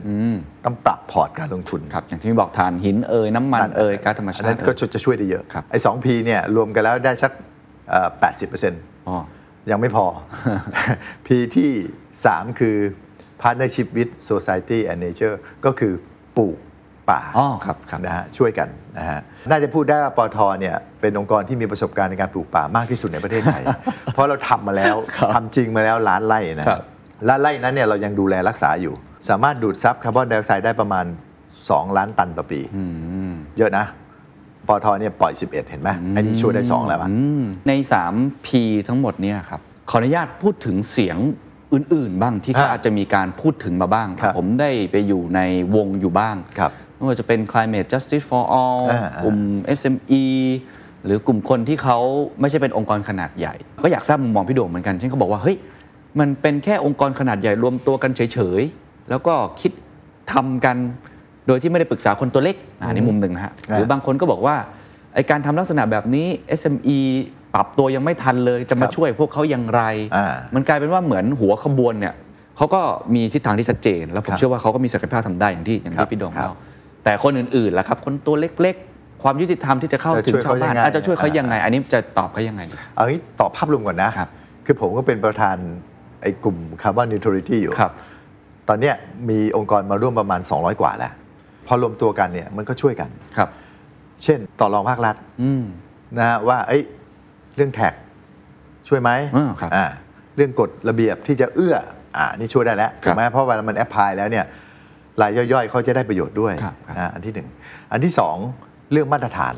Speaker 1: ต้องปรับพอร์ตการลงทุน
Speaker 3: ครับ อย่างที่บอกฐานหินเอ่ยน้ำมันเอ่ยก๊าซธรรมชา
Speaker 1: อันนั้
Speaker 3: ติ
Speaker 1: นก็
Speaker 3: เอ่ย
Speaker 1: จะช่วยได้เยอะ
Speaker 3: ครับ
Speaker 1: ไอ้สอง P เนี่ยรวมกันแล้วได้สักเอ่อ80%
Speaker 3: อ๋อ
Speaker 1: ยังไม่พ
Speaker 3: (laughs)
Speaker 1: อ P ที่ 3 คือ partnership with society and nature ก็คือปลูกป่า
Speaker 3: อ๋อครับครับ
Speaker 1: นะฮะช่วยกันนะฮะน่าจะพูดได้ว่าปอทเนี่ยเป็นองค์กรที่มีประสบการณ์ในการปลูกป่ามากที่สุดในประเทศไท
Speaker 3: (laughs)
Speaker 1: ย เพราะเราทำมาแล้วทำจริงมาแล้วล้านไร่นะ
Speaker 3: ค
Speaker 1: ฮะ
Speaker 3: รับ
Speaker 1: ล้านไร่นั้นเนี่ยเรายังดูแลรักษาอยู่ สามารถดูดซับคาร์บอนไดออกไซด์ได้ประมาณ 2 ล้านตันต่อปี เยอะนะปอทเนี่ยปล่อย 11 เห็นไหมไอ้นี่ช่วยได้ 2 แล้วอะ
Speaker 3: อืมใน 3P ทั้งหมดเนี่ยครับ ขออนุญาตพูดถึงเสียงอื่น ๆ บ้างที่
Speaker 1: ฮะ
Speaker 3: เขาอาจจะมีการพูดถึงมาบ้าง
Speaker 1: ครับ
Speaker 3: ผมได้ไปอยู่ในวงอยู่บ้าง
Speaker 1: ครับ
Speaker 3: ไม่ว่าจะเป็น climate justice for all
Speaker 1: อ่าๆ
Speaker 3: กลุ่ม SME หรือกลุ่มคนที่เขาไม่ใช่เป็นองค์กรขนาดใหญ่ ก็อยากทราบมุมมองพี่โด่งเหมือนกันเช่นเขาบอกว่า เฮ้ย มันเป็นแค่องค์กรขนาดใหญ่รวมตัวกันเฉย ๆ แล้วก็คิดทำกันโดยที่ไม่ได้ปรึกษาคนตัวเล็กอ่าอันนี้มุมหนึ่งนะฮะหรือ
Speaker 1: อ่า
Speaker 3: บางคนก็บอกว่าไอการทำลักษณะแบบนี้ SME ปรับตัวยังไม่ทันเลยจะมา
Speaker 1: ครับ
Speaker 3: ช่วยพวกเขาอย่างไร
Speaker 1: อ่ามั
Speaker 3: มันกลายเป็นว่าเหมือนหัวขบวนเนี่ยเขาก็มีทิศทางที่ชัดเจน แล้วผ
Speaker 1: ค
Speaker 3: ม
Speaker 1: รับ
Speaker 3: เชื่อว่าเขาก็มีศักยภาพทำได้อย่างที่อย่าง
Speaker 1: ครับ
Speaker 3: ที่พี่โดอง
Speaker 1: ครับ
Speaker 3: เล่าแต่คนอื่นๆล่ะครับ คนตัวเล็กๆ ความยุติธรรมที่จะเข้า
Speaker 1: จะ
Speaker 3: ถึง
Speaker 1: ช่วย
Speaker 3: ชาว
Speaker 1: เขายั
Speaker 3: บ้า
Speaker 1: ง
Speaker 3: น
Speaker 1: ไง
Speaker 3: อาจจะช่วยเขายังไง อันนี้จะตอบเขายังไงดี
Speaker 1: เอางี้ตอบภาพรวมก่อนนะ
Speaker 3: ครับ
Speaker 1: คือผมก็เป็นประธานไอ้กลุ่มคาร์บอนนิวทรัลิตี้อยู่
Speaker 3: ครับ
Speaker 1: ตอนเนี้ยมีองค์กรมาร่วมประมาณ 200 กว่าแล้ว พอรวมตัวกันเนี่ยมันก็ช่วยกัน
Speaker 3: ครับ
Speaker 1: เช่น ต่อรองภาครัฐ
Speaker 3: อืม
Speaker 1: นะฮะว่าเอ้ยเรื่องแท็กช่วยไหม
Speaker 3: อ่าครับ
Speaker 1: อ่าเรื่องกฎระเบียบที่จะเอื้ออ่านี่ช่วยได้แล้ว
Speaker 3: ครั
Speaker 1: ถู
Speaker 3: บ
Speaker 1: กไหมเพราะเวลามันแอพพลายแล้วเนี่ยรายย่อยๆ เขาจะได้ประโยชน์ด้วย
Speaker 3: ครับครับ
Speaker 1: นะอันที่หนึ่งอันที่สองเรื่องมาตรฐาน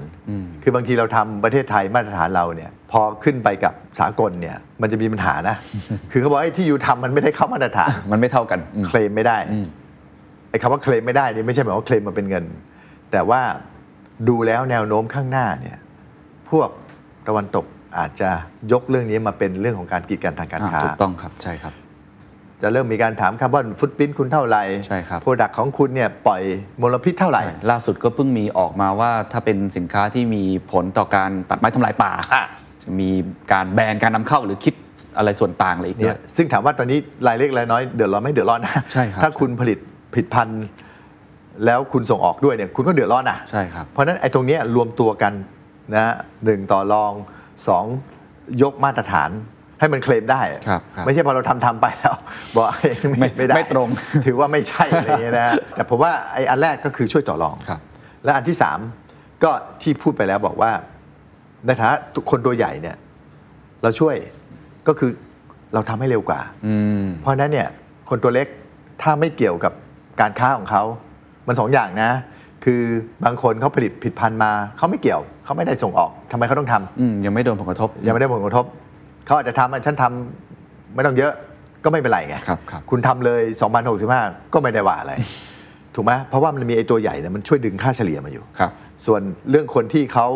Speaker 1: คือบางทีเราทำประเทศไทยมาตรฐานเราเนี่ยพอขึ้นไปกับสากลเนี่ยมันจะมีปัญหานะ
Speaker 3: (laughs)
Speaker 1: คือเขาบอกไอ้ยที่อยู่ทำมันไม่ได้เข้ามาตรฐาน
Speaker 3: มันไม่เท่ากันอืม
Speaker 1: เคลมไม่ได้ไอ้คำว่าเคลมไม่ได้นี่ไม่ใช่หมายว่าเคลมมาเป็นเงิน แต่ว่าดูแล้วแนวโน้มข้างหน้าเนี่ยพวกตะวันตกอาจจะยกเรื่องนี้มาเป็นเรื่องของการกีดกันทางการ
Speaker 3: อ่า
Speaker 1: ค้า
Speaker 3: ถูกต้องครับใช่ครับ
Speaker 1: จะเริ่มมีการถามคาร์บอนฟุตปรินคุณเท่าไหร่
Speaker 3: ใช่ครับ
Speaker 1: โปรดักของคุณเนี่ยปล่อยมลพิษเท่าไหร่
Speaker 3: ล่าสุดก็เพิ่งมีออกมาว่าถ้าเป็นสินค้าที่มีผลต่อการตัดไม้ทำลายป่า
Speaker 1: อ่ะ
Speaker 3: จะมีการแบนการนำเข้าหรือคิดอะไรส่วนต่างอะไรอีกด้
Speaker 1: เนี่
Speaker 3: วย ย
Speaker 1: ซึ่งถามว่าตอนนี้รายเล็กรายน้อยเดือดร้อนไหมเดือดร้อนนะ
Speaker 3: ใช่ครับ
Speaker 1: ถ้าคุณผลิตผิดพันธุ์แล้วคุณส่งออกด้วยเนี่ยคุณก็เดือดร้อนนะ
Speaker 3: ใช่ครับ
Speaker 1: เพราะฉะนั้นไอ้ตรงเนี้ยรวมตัวกันนะฮะหนึ่งต่อรองสองยกมาตรฐานให้มันเคลมได้
Speaker 3: ครับครับ
Speaker 1: ไม่ใช่พอเราทำทำไปแล้ว (laughs) บอกเอ้ย
Speaker 3: ไม่
Speaker 1: ไม่ไม่ได้
Speaker 3: ไม่ตรง (laughs)
Speaker 1: ถือว่าไม่ใช่อะไรอย่างเงี้ยนะฮะแต่ผมว่าไอ้อันแรกก็คือช่วยต่อรอง
Speaker 3: ครับ
Speaker 1: และอันที่สามก็ที่พูดไปแล้วบอกว่าในฐานะคนตัวใหญ่เนี่ยเราช่วยก็คือเราทำให้เร็วกว่า เพราะฉะนั้นเนี่ยคนตัวเล็กถ้าไม่เกี่ยวกับการค้าของเขา มันสองอย่างนะ คือบางคนเขาผลิตผิดพันธุ์มาเขาไม่เกี่ยวเขาไม่ได้ส่งออกทำไมเขาต้องทำ
Speaker 3: อืมยังไม่โดนผลกระทบ
Speaker 1: ยังไม่ได้ผลกระทบ เขาอาจจะทำอ่ะฉันทำไม่ต้องเยอะก็ไม่เป็นไรไง
Speaker 3: ครับครับ
Speaker 1: ณทำเลย2065 ก็ไม่ได้ว่าอะไร ถูกไหมเพราะว่ามันมีไอ้ตัวใหญ่เนี่ยมันช่วยดึงค่าเฉลี่ยมาอยู่
Speaker 3: ครับ
Speaker 1: ส่วนเรื่องคนที่เขา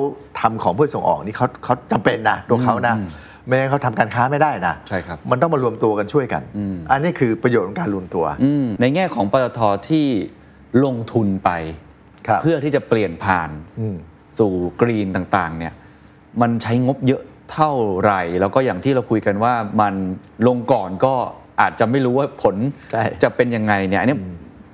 Speaker 1: ทำของเพื่อส่งออกนี่เขาเขาจำเป็นนะตัวเขานะไม่งั้นเขาทำการค้าไม่ได้นะ
Speaker 3: ใช่ครับ
Speaker 1: มันต้องมารวมตัวกันช่วยกัน อันนี้คือประโยชน์ของการรวมตัว
Speaker 3: อืมในแง่ของปตทที่ลงทุนไป
Speaker 1: ครับ
Speaker 3: เพื่อที่จะเปลี่ยนผ่าน
Speaker 1: อืม
Speaker 3: สู่กรีนต่างๆเนี่ย มันใช้งบเยอะเท่าไหร่ แล้วก็อย่างที่เราคุยกันว่ามันลงก่อนก็อาจจะไม่รู้ว่าผล
Speaker 1: ใช่
Speaker 3: จะเป็นยังไงเนี่ยอันเนี้ย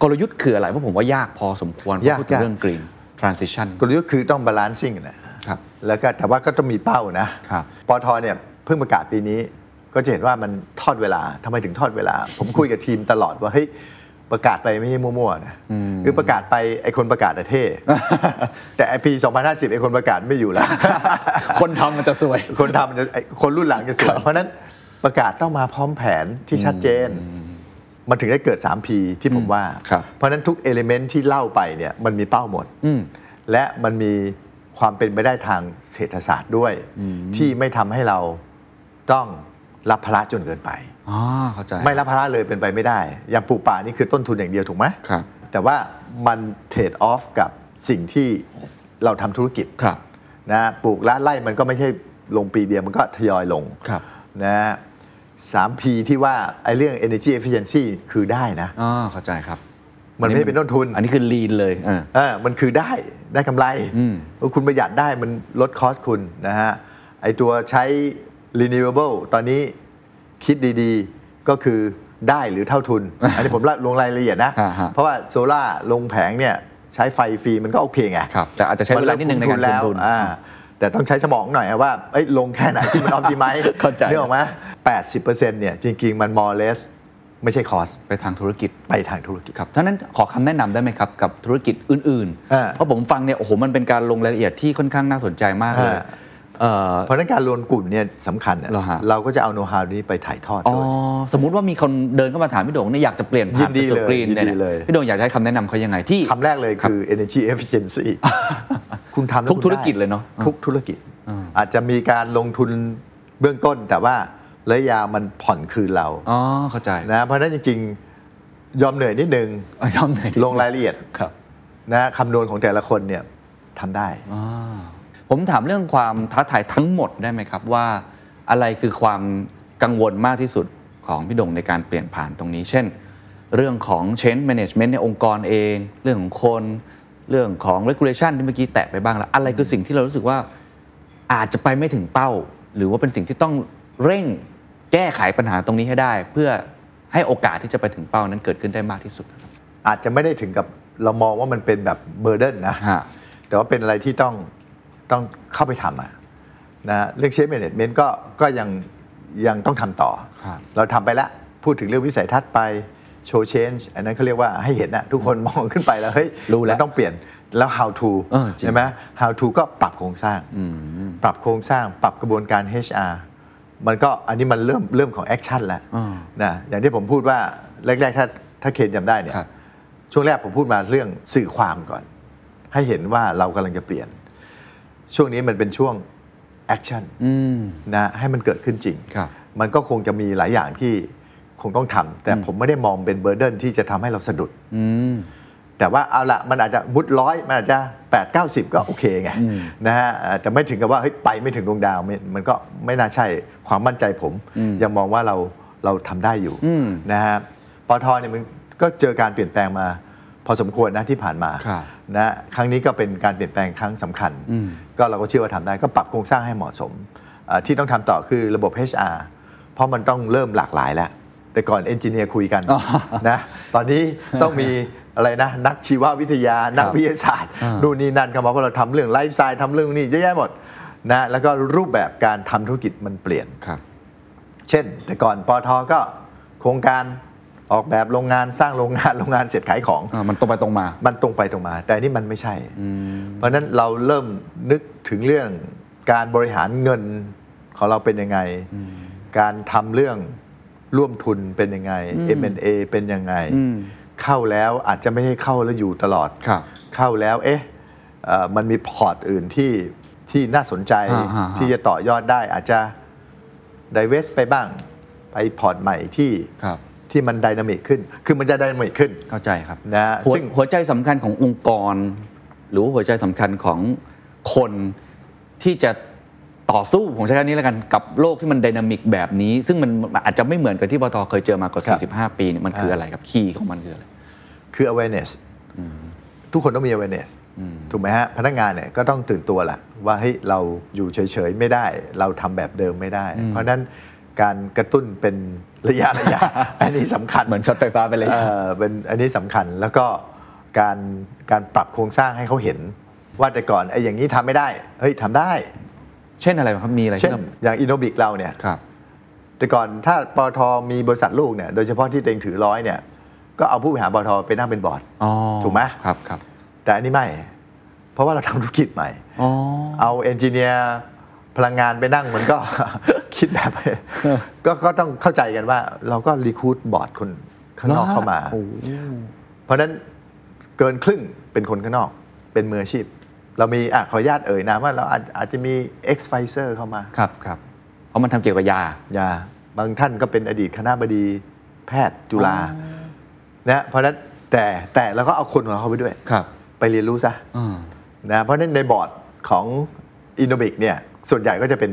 Speaker 3: กลยุทธ์คืออะไรเพราะผมว่ายากพอสมควรเพ
Speaker 1: ยา
Speaker 3: ราะ
Speaker 1: ก
Speaker 3: พูดถึง
Speaker 1: ยาก
Speaker 3: เรื่องกรีน transition
Speaker 1: กลยุทธ์คือต้องบาลานซิ่งนะครับ แล้วก็แต่ว่าก็ต้องมีเป้านะครับ ปทเนี่ยเพิ่งประกาศปีนี้ ก็จะเห็นว่ามันทอดเวลาทำไมถึงทอดเวลา ผมคุยกับทีมตลอดว่าเฮ้ยประกาศไปไม่ใช่มั่วๆนะคือประกาศไปไอ้คนประกาศอะ (laughs) เท่ แต่ไอ้ปี2050ไอ้คนประกาศไม่อยู่แล้ว
Speaker 3: คนทำมันจะสวย
Speaker 1: คนทำจะไอ้คนรุ่นหลังจะสวยเพราะฉะนั้นประกาศต้องมาพร้อมแผนที่ชัดเจน มันถึงได้เกิด 3P ที่ผมว่า
Speaker 3: ครับ
Speaker 1: เพราะฉะนั้นทุกเอลิเมนที่เล่าไปเนี่ยมันมีเป้าหมด
Speaker 3: อืม
Speaker 1: และมันมีความเป็นไปได้ทางเศรษฐศาสตร์ด้วย ที่ไม่ทำให้เราต้องรับภาระจนเกินไป
Speaker 3: อ๋อเข้าใจ
Speaker 1: ไม่รับภาระเลยเป็นไปไม่ได้ อย่างปลูกป่านี่คือต้นทุนอย่างเดียวถูกไหม
Speaker 3: ครับ
Speaker 1: แต่ว่ามันเทรดออฟกับสิ่งที่เราทำธุรกิจ
Speaker 3: ครับ
Speaker 1: นะปลูกละไล่มันก็ไม่ใช่ลงปีเดียวมันก็ทยอยลง
Speaker 3: ครับ
Speaker 1: นะสามพีที่ว่าไอ้เรื่อง energy efficiency คือได้นะ
Speaker 3: อ๋อเข้าใจครับ
Speaker 1: มันไม่ได้เป็นต้นทุน
Speaker 3: อันนี้คือ lean เลยเออ
Speaker 1: เออมันคือได้ได้กำไร
Speaker 3: อืม
Speaker 1: เออคุณประหยัดได้มันลดคอสคุณนะฮะไอตัวใช้ renewable ตอนนี้คิดดีๆก็คือได้หรือเท่าทุ
Speaker 3: (laughs)
Speaker 1: น อันนี้ผมลงรายละเอียดนะ
Speaker 3: อ่าฮะ
Speaker 1: เพราะว่าโซล่าร์ลงแผงเนี่ยใช้ไฟฟรีมันก็โอเคไง
Speaker 3: ครับแต่อาจจะใช้เวลานิดนึงในการ
Speaker 1: มัเริ่ม
Speaker 3: คืนทุ
Speaker 1: คุ้
Speaker 3: น
Speaker 1: มแล้วอ่าแต่ต้องใช้สมองหน่อยอะว่าเอ้ยลงแค่ไหนที่มันออมดีไหม
Speaker 3: (laughs) เข้าใจ
Speaker 1: นี่ยออกไหมแปดสิบเปอร์เซ็นต์เนี่ยจริง ๆ มัน more or less ไม่ใช่คอส
Speaker 3: ไปทางธุรกิจ
Speaker 1: ไปทางธุรกิจ
Speaker 3: ครับท่านั้นขอคำแนะนำได้ไหมครับ กับธุรกิจอื่น
Speaker 1: อ่า
Speaker 3: เพราะผมฟังเนี่ยโอ้โหมันเป็นการลงรายละเอียดที่ค่อนข้างน่าสนใจมากเลย
Speaker 1: อ่า
Speaker 3: เอ่อ
Speaker 1: เพราะฉะนั้นการรวมกลุ่มเนี่ยสำคัญอะ
Speaker 3: เหรอฮะ
Speaker 1: เราก็จะเอาโน้ตฮาวนี้ไปถ่ายทอด
Speaker 3: อ๋อ
Speaker 1: ด้วย
Speaker 3: สมมุติว่ามีคนเดินเข้ามาถามพี่โด่งเนี่ยอยากจะเปลี่ยนผ่าน
Speaker 1: ยินดี
Speaker 3: ไปสู่
Speaker 1: เลย
Speaker 3: กรีนเนี่
Speaker 1: ยินดีเลย
Speaker 3: พี่โด่งอยากจะให้คำแนะนำเขายังไงที่
Speaker 1: คำแรกเลยคือ energy
Speaker 3: (laughs)
Speaker 1: efficiency คุณทำแล้ว
Speaker 3: ทุก
Speaker 1: คุณ
Speaker 3: ธุรกิจ
Speaker 1: ได้
Speaker 3: เลยเนอะ
Speaker 1: ทุกธุรกิจ อาจจะมีการลงทุนเบื้องต้น แต่ว่าระยะยาวมันผ่อนคืนเรา
Speaker 3: อ๋อเข้าใจ
Speaker 1: นะเพราะฉะนั้นจริงๆ ยอมเหนื่อยนิดนึง
Speaker 3: เอาย้ำหน่อยดิ
Speaker 1: ลงรายละเอียด
Speaker 3: ครับ
Speaker 1: นะคำนวณของแต่ละคนเนี่ยทำได้
Speaker 3: อ๋อผมถามเรื่องความท้าทายทั้งหมดได้ไหมครับว่า อะไรคือความกังวลมากที่สุดของพี่โด่งในการเปลี่ยนผ่านตรงนี้ เช่น เรื่องของ change management ในองค์กรเอง เรื่องของคนเรื่องของ regulation ที่เมื่อกี้แตะไปบ้างแล้ว อะไรคือสิ่งที่เรารู้สึกว่าอาจจะไปไม่ถึงเป้า หรือว่าเป็นสิ่งที่ต้องเร่งแก้ไขปัญหาตรงนี้ให้ได้ เพื่อให้โอกาสที่จะไปถึงเป้านั้นเกิดขึ้นได้มากที่สุดครับ
Speaker 1: อาจจะไม่ได้ถึงกับเรามองว่ามันเป็นแบบเบอร์เดนนะ
Speaker 3: ฮะ
Speaker 1: แต่ว่าเป็นอะไรที่ต้องต้องเข้าไปทำอะนะเรื่องเชฟเมเนจเมนต์ก็ก็ยังยังต้องทำต่อ
Speaker 3: ครับ
Speaker 1: เราทำไปแล้ว พูดถึงเรื่องวิสัยทัศน์ไปโชว์เชนจ์อันนั้นเขาเรียกว่าให้เห็นอะทุกคนมองขึ้นไปแล้ว เฮ้ย
Speaker 3: รู้แล้ว
Speaker 1: เาต้องเปลี่ยนแล้ว how to
Speaker 3: เออจริง
Speaker 1: ใช่ไหม how to ก็ปรับโครงสร้าง ปรับโครงสร้าง ปรับกระบวนการ HR มันก็อันนี้มันเริ่มเริ่มของแอคชั่นแล้ว
Speaker 3: อ่า
Speaker 1: นะอย่างที่ผมพูดว่าแรก ๆ ถ้าถ้าเคนจำได้เนี่ย
Speaker 3: ครับ
Speaker 1: ช่วงแรกผมพูดมาเรื่องสื่อความก่อน ให้เห็นว่าเรากำลังจะเปลี่ยน ช่วงนี้มันเป็นช่วงแอคชั่นนะให้มันเกิดขึ้นจริง
Speaker 3: ครับ
Speaker 1: มันก็คงจะมีหลายอย่างที่คงต้องทำแต่ผมไม่ได้มองเป็นเบอร์เดนที่จะทำให้เราสะดุด
Speaker 3: อืม
Speaker 1: แต่ว่าเอาละมันอาจจะมุดร้อยมันอาจจะ 8 9 0 ก็โอเคไงนะฮะอ่าแต่ไม่ถึงกับว่าเฮ้ยไปไม่ถึงดวงดาวมันมันก็ไม่น่าใช่ความมั่นใจผม ยังมองว่าเราเราทำได้อยู่
Speaker 3: อืม
Speaker 1: นะฮะปอทเนี่ยมันก็เจอการเปลี่ยนแปลงมา พอสมควรนะที่ผ่านมา
Speaker 3: ครับ
Speaker 1: นะครั้งนี้ก็เป็นการเปลี่ยนแปลงครั้งสำคัญ
Speaker 3: อืม
Speaker 1: ก็เราก็เชื่อว่าทำได้ก็ปรับโครงสร้างให้เหมาะสมอ่าที่ต้องทำต่อคือระบบ HR เพราะมันต้องเริ่มหลากหลายแล้ว แต่ก่อนเอนจิเนียร์คุยกัน
Speaker 3: อ๋อ
Speaker 1: นะตอนนี้ต้อง (laughs) มี อะไรนะ นักชีววิทยา นักวิทยาศาสตร์นู่นนี่นั่นเข้ามาเพราะเราทำเรื่องไลฟ์สไตล์ทำเรื่องนี้เยอะแยะหมดนะแล้วก็รูปแบบการทำธุรกิจมันเปลี่ยน
Speaker 3: ครับ
Speaker 1: เช่น แต่ก่อนปอทก็โครงการออกแบบโรงงานสร้างโรงงานโรงง (laughs) านเสร็จขายของ
Speaker 3: อ่ามันตรงไปตรงมา
Speaker 1: มันตรงไปตรงมา แต่อันนี่มันไม่ใช่ เพราะฉะนั้นเราเริ่มนึกถึงเรื่องการบริหารเงินของเราเป็นยังไง การทำเรื่องร่วมทุนเป็นยังไง M&A เป็นยังไง
Speaker 3: อืม
Speaker 1: เข้าแล้วอาจจะไม่ให้เข้าแล้วอยู่ตลอด
Speaker 3: ครับ
Speaker 1: เข้าแล้วเอ๊ะเอ่อมันมีพอร์ตอื่นที่ที่น่าสนใจ
Speaker 3: อ่าฮะ
Speaker 1: ที่จะต่อยอดได้อาจจะ d ดเวสไปบ้าง ไปพอร์ตใหม่ที่
Speaker 3: ครับ
Speaker 1: ที่มันดินามิกขึ้น คือมันจะดินามิกขึ้น
Speaker 3: เข้าใจครับ
Speaker 1: นะ
Speaker 3: หัว
Speaker 1: ซึ่ง
Speaker 3: หัวใจสำคัญขององค์กร หรือว่าหัวใจสำคัญของคนที่จะต่อสู้ผมใช้คำนี้แล้วกันกับโลกที่มันไดินามิกแบบนี้ ซึ่งมันมันอาจจะไม่เหมือนกับที่ปตเคยเจอมากว่า45 ปีเนี่ยมันคืออะไรครับคีย์ของมันคืออะไร
Speaker 1: คือ awareness ทุกคนต้องมี awareness ถูกไหมฮะ พนักงานเนี่ยก็ต้องตื่นตัวแหละว่าเฮ้ยเราอยู่เฉยๆ ไม่ได้ เราทำแบบเดิมไม่ได้ เพราะฉะนั้นการกระตุ้นเป็นระยะ
Speaker 3: (laughs)
Speaker 1: ระยะ อันนี้สำคัญ
Speaker 3: เหมือนช็อตไฟฟ้าไปเลย
Speaker 1: เอ่อเป็นอันนี้สำคัญแล้วก็การการปรับโครงสร้างให้เขาเห็น ว่าแต่ก่อนไอ้อย่างนี้ทำไม่ได้ เฮ้ยทำได้
Speaker 3: เช่นอะไรครับมีอะไร
Speaker 1: เช่น
Speaker 3: ที่รา
Speaker 1: อย่างอินโนบิกเราเนี่ย
Speaker 3: ครับ
Speaker 1: แต่ก่อนถ้าปอทมีบริษัทลูกเนี่ยโดยเฉพาะที่ตัวเองถือร้อยเนี่ยก็เอาผู้บริหารปอทไปนั่งเป็นบอร์ด
Speaker 3: อ๋อ
Speaker 1: ถูกไหม
Speaker 3: ครับครับ
Speaker 1: แต่อันนี้ไม่ เพราะว่าเราทำธุรกิจใหม่
Speaker 3: อ๋อ
Speaker 1: เอาเอนจิเนียร์พลังงานไปนั่งมันก็ (laughs) คิดแบบ (laughs) ก็ก็ต้องเข้าใจกันว่า เราก็รีคูดบอร์ดคนข้างนอก
Speaker 3: เหรอ
Speaker 1: เข้ามา
Speaker 3: โอ้โห
Speaker 1: เพราะฉะนั้นเกินครึ่งเป็นคนข้างนอกเป็นมืออาชีพ เรามีอ่ะขออนุญาตเอ่ยนามว่าเราอาจอาจจะมี ex f i z e r เข้ามา
Speaker 3: ครับครับเพราะมันทำเกี่ยวกับยา
Speaker 1: ยาบางท่านก็เป็นอดีตคณะบดีแพทย์จุฬานะเพราะฉะนั้นแต่แต่เราก็เอาคนของเขาไปด้วย
Speaker 3: ครับ
Speaker 1: ไปเรียนรู้ซะ
Speaker 3: อืม
Speaker 1: นะเพราะฉะนั้นในบอร์ดของอินโนบิกเนี่ยส่วนใหญ่ก็จะเป็น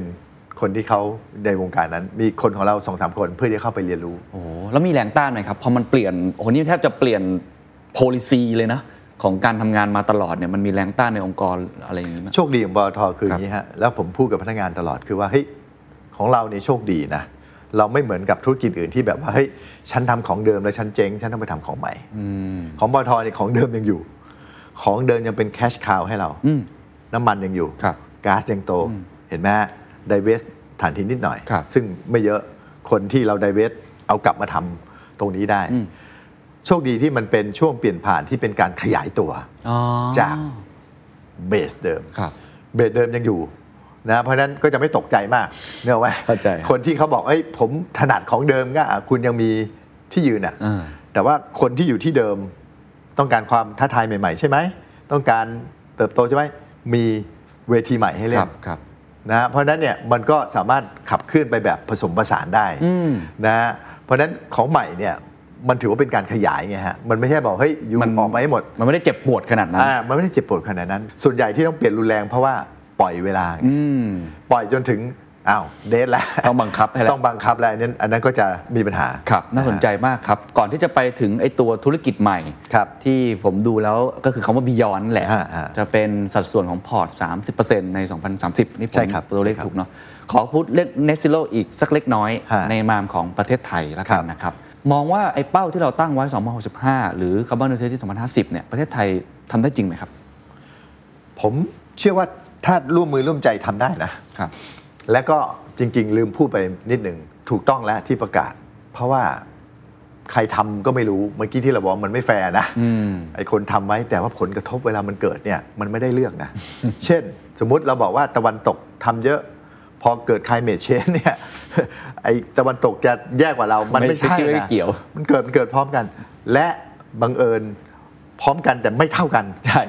Speaker 1: คนที่เขาในวงการนั้น มีคนของเราสองสามคนเพื่อที่จะเข้าไปเรียนรู้
Speaker 3: โอ้โหแล้วมีแรงต้านไหมครับ พอมันเปลี่ยนโอ้โหนี่แทบจะเปลี่ยน policy เลยนะ ของการทำงานมาตลอดเนี่ยมันมีแรงต้านในองค์กรอะไรอย่างนี้ไหม
Speaker 1: โชคดีของบอทคืออย่างนี้ฮะแล้วผมพูดกับพนักงานตลอดคือว่าเฮ้ยของเราเนี่ยโชคดีนะ เราไม่เหมือนกับธุรกิจอื่นที่แบบว่าเฮ้ยฉันทำของเดิมแล้วฉันเจ๊ง ฉันต้องไปทำของใหม่ของบอทเนี่ยของเดิมยังอยู่ ของเดิมยังเป็นแคชคาวให้เรา
Speaker 3: อืม
Speaker 1: น้ำมันยังอยู่
Speaker 3: ครับ
Speaker 1: ก๊าซยังโต เห็นไหมไดเวสฐานทินนิดหน่อย
Speaker 3: ครับ
Speaker 1: ซึ่งไม่เยอะคนที่เราไดเวสเอากลับมาทำตรงนี้ได้ โชคดีที่มันเป็นช่วงเปลี่ยนผ่านที่เป็นการขยายตัว
Speaker 3: อ๋อ
Speaker 1: จากเบสเดิม
Speaker 3: ครับ
Speaker 1: เบสเดิมยังอยู่นะเพราะฉะนั้นก็จะไม่ตกใจมากเนกอะไหม
Speaker 3: เข้าใจครับ
Speaker 1: คนที่เขาบอกเอ้ยผมถนัดของเดิมก็อ่ะคุณยังมีที่ยืนอ่ะ
Speaker 3: อ่า
Speaker 1: แต่ว่าคนที่อยู่ที่เดิมต้องการความท้าทายใหม่ ๆ ใช่ไหม ต้องการเติบโตใช่ไหมมีเวทีใหม่ให้เล่
Speaker 3: คน รับครับ
Speaker 1: นะฮะเพราะฉะนั้นเนี่ยมันก็สามารถขับเคลื่อนไปแบบผสมผสานได้
Speaker 3: อืม
Speaker 1: นะฮะเพราะฉะนั้นของใหม่เนี่ยมันถือว่าเป็นการขยายไงฮะมันไม่ใช่บอกเฮ้ยยู
Speaker 3: มัน
Speaker 1: ออกมาให้หมด
Speaker 3: มันไม่ได้เจ็บปวดขนาดนั้น
Speaker 1: อ่ามันไม่ได้เจ็บปวดขนาดนั้น ส่วนใหญ่ที่ต้องเปลี่ยนรุนแรงเพราะว่าปล่อยเวลาไง
Speaker 3: อืม
Speaker 1: ปล่อยจนถึงอ้าวเดทแล้ว
Speaker 3: ต้องบังคับให้แล้ว
Speaker 1: ต้องบังคับแล้วอันนั้นอันนั้นก็จะมีปัญหา
Speaker 3: ครับน่าสนใจมากครับ ก่อนที่จะไปถึงไอตัวธุรกิจใหม่
Speaker 1: ครับ
Speaker 3: ที่ผมดูแล้วก็คือคำว่า Beyond แหละ
Speaker 1: ฮะฮะ
Speaker 3: จะเป็นสัดส่วนของพอร์ต 30%ใน 2030 นี่ผม
Speaker 1: ใช่ครับ
Speaker 3: ตัวเลข
Speaker 1: ใช่ครับ
Speaker 3: ถูกเนาะขอพูดเล็ก n e t Zero อีกสักเล็กน้อย
Speaker 1: ฮะ
Speaker 3: ในนามของประเทศไทยแล้วกั
Speaker 1: ครั
Speaker 3: น
Speaker 1: บ
Speaker 3: นะครับ มองว่าไอ้เป้าที่เราตั้งไว้ 2065 หรือ Carbon Neutrality 2050 เนี่ยประเทศไทยทำได้จริงไหมครับ
Speaker 1: ผมเชื่อว่าถ้าร่วมมือร่วมใจทำได้นะ
Speaker 3: ครับ
Speaker 1: และก็จริง ๆ ลืมพูดไปนิดหนึ่งถูกต้องแล้วที่ประกาศ เพราะว่าใครทำก็ไม่รู้เมื่อกี้ที่เราบอกว่ามันไม่แฟร์นะ
Speaker 3: อืม
Speaker 1: ไอคนทำไว้แต่ว่าผลกระทบเวลามันเกิดเนี่ยมันไม่ได้เลือกนะ (laughs) เช่น สมมุติเราบอกว่าตะวันตกทำเยอะ พอเกิด climate change เนี่ย (laughs) ไอตะวันตกจะแย่กว่าเรา มันไม่ใช่
Speaker 3: ไม่ไม่
Speaker 1: นะ
Speaker 3: เกี่ยว
Speaker 1: มันเกิดมันเกิดพร้อมกัน และบังเอิญพร้อมกันแต่ไม่เท่ากัน
Speaker 3: ใช่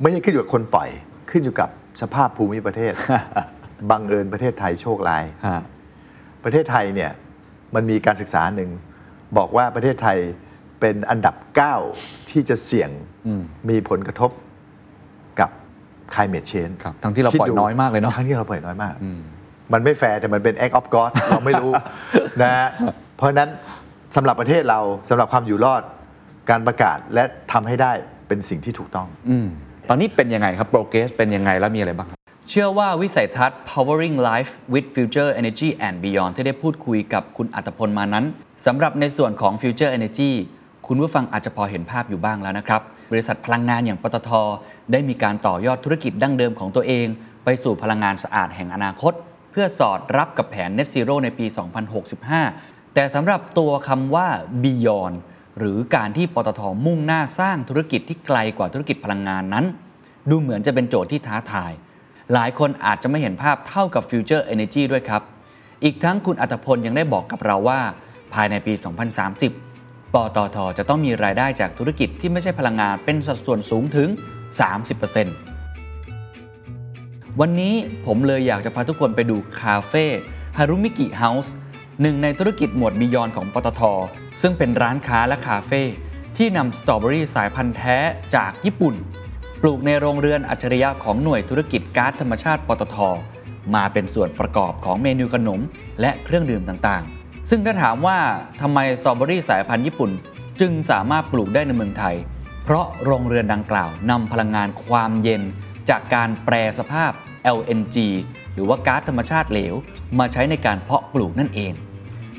Speaker 1: ไม่ใช่ขึ้นอยู่กับคนปล่อย ขึ้นอยู่กับสภาพภูมิประเท
Speaker 3: (laughs)
Speaker 1: ศ บังเอิญประเทศไทยโชคร้าย
Speaker 3: ฮะ
Speaker 1: ประเทศไทยเนี่ยมันมีการศึกษาหนึ่ง บอกว่าประเทศไทยเป็นอันดับ 9 ที่จะเสี่ยงมีผลกระทบกับ climate change
Speaker 3: ครับทั้งที่เราปล่อย
Speaker 1: คิดดู
Speaker 3: น้อยมากเลยเนอะ
Speaker 1: ทั้งที่เราปล่อยน้อยมาก มันไม่แฟร์แต่มันเป็น act of god เราไม่รู้ นะฮะเพราะฉะนั้นสำหรับประเทศเราสำหรับความอยู่รอดการประกาศและทำให้ได้เป็นสิ่งที่ถูกต้อง
Speaker 3: อืมตอนนี้เป็นยังไงครับ โปรเกรสเป็นยังไง แล้วมีอะไรบ้างครับ เชื่อว่าวิสัยทัศน์ powering life with future energy and beyond ที่ได้พูดคุยกับคุณอัตพลมานั้นสำหรับในส่วนของ future energy คุณผู้ฟังอาจจะพอเห็นภาพอยู่บ้างแล้วนะครับ บริษัทพลังงานอย่างปตท ได้มีการต่อยอดธุรกิจดั้งเดิมของตัวเอง ไปสู่พลังงานสะอาดแห่งอนาคต เพื่อสอดรับกับแผน net zero ในปี 2065 แต่สำหรับตัวคำว่า beyond หรือการที่ปตทมุ่งหน้าสร้างธุรกิจที่ไกลกว่าธุรกิจพลังงานนั้น ดูเหมือนจะเป็นโจทย์ที่ท้าทาย หลายคนอาจจะไม่เห็นภาพเท่ากับ Future Energy ด้วยครับ อีกทั้งคุณอัตพลยังได้บอกกับเราว่า ภายในปี 2030 ปตทจะต้องมีรายได้จากธุรกิจที่ไม่ใช่พลังงานเป็นสัดส่วนสูงถึง 30% วันนี้ผมเลยอยากจะพาทุกคนไปดูคาเฟ่ฮารุมิกิเฮาส์หนึ่งในธุรกิจหมวดบียอนของปตท ซึ่งเป็นร้านค้าและคาเฟ่ที่นำสตรอเบอรี่สายพันธุ์แท้จากญี่ปุ่น ปลูกในโรงเรือนอัจฉริยะของหน่วยธุรกิจก๊าซธรรมชาติปตท มาเป็นส่วนประกอบของเมนูขนมและเครื่องดื่มต่างๆ ซึ่งถ้าถามว่าทำไมสตรอเบอรี่สายพันธุ์ญี่ปุ่น จึงสามารถปลูกได้ในเมืองไทย เพราะโรงเรือนดังกล่าวนำพลังงานความเย็น จากการแปรสภาพ LNG หรือว่าก๊าซธรรมชาติเหลว มาใช้ในการเพาะปลูกนั่นเอง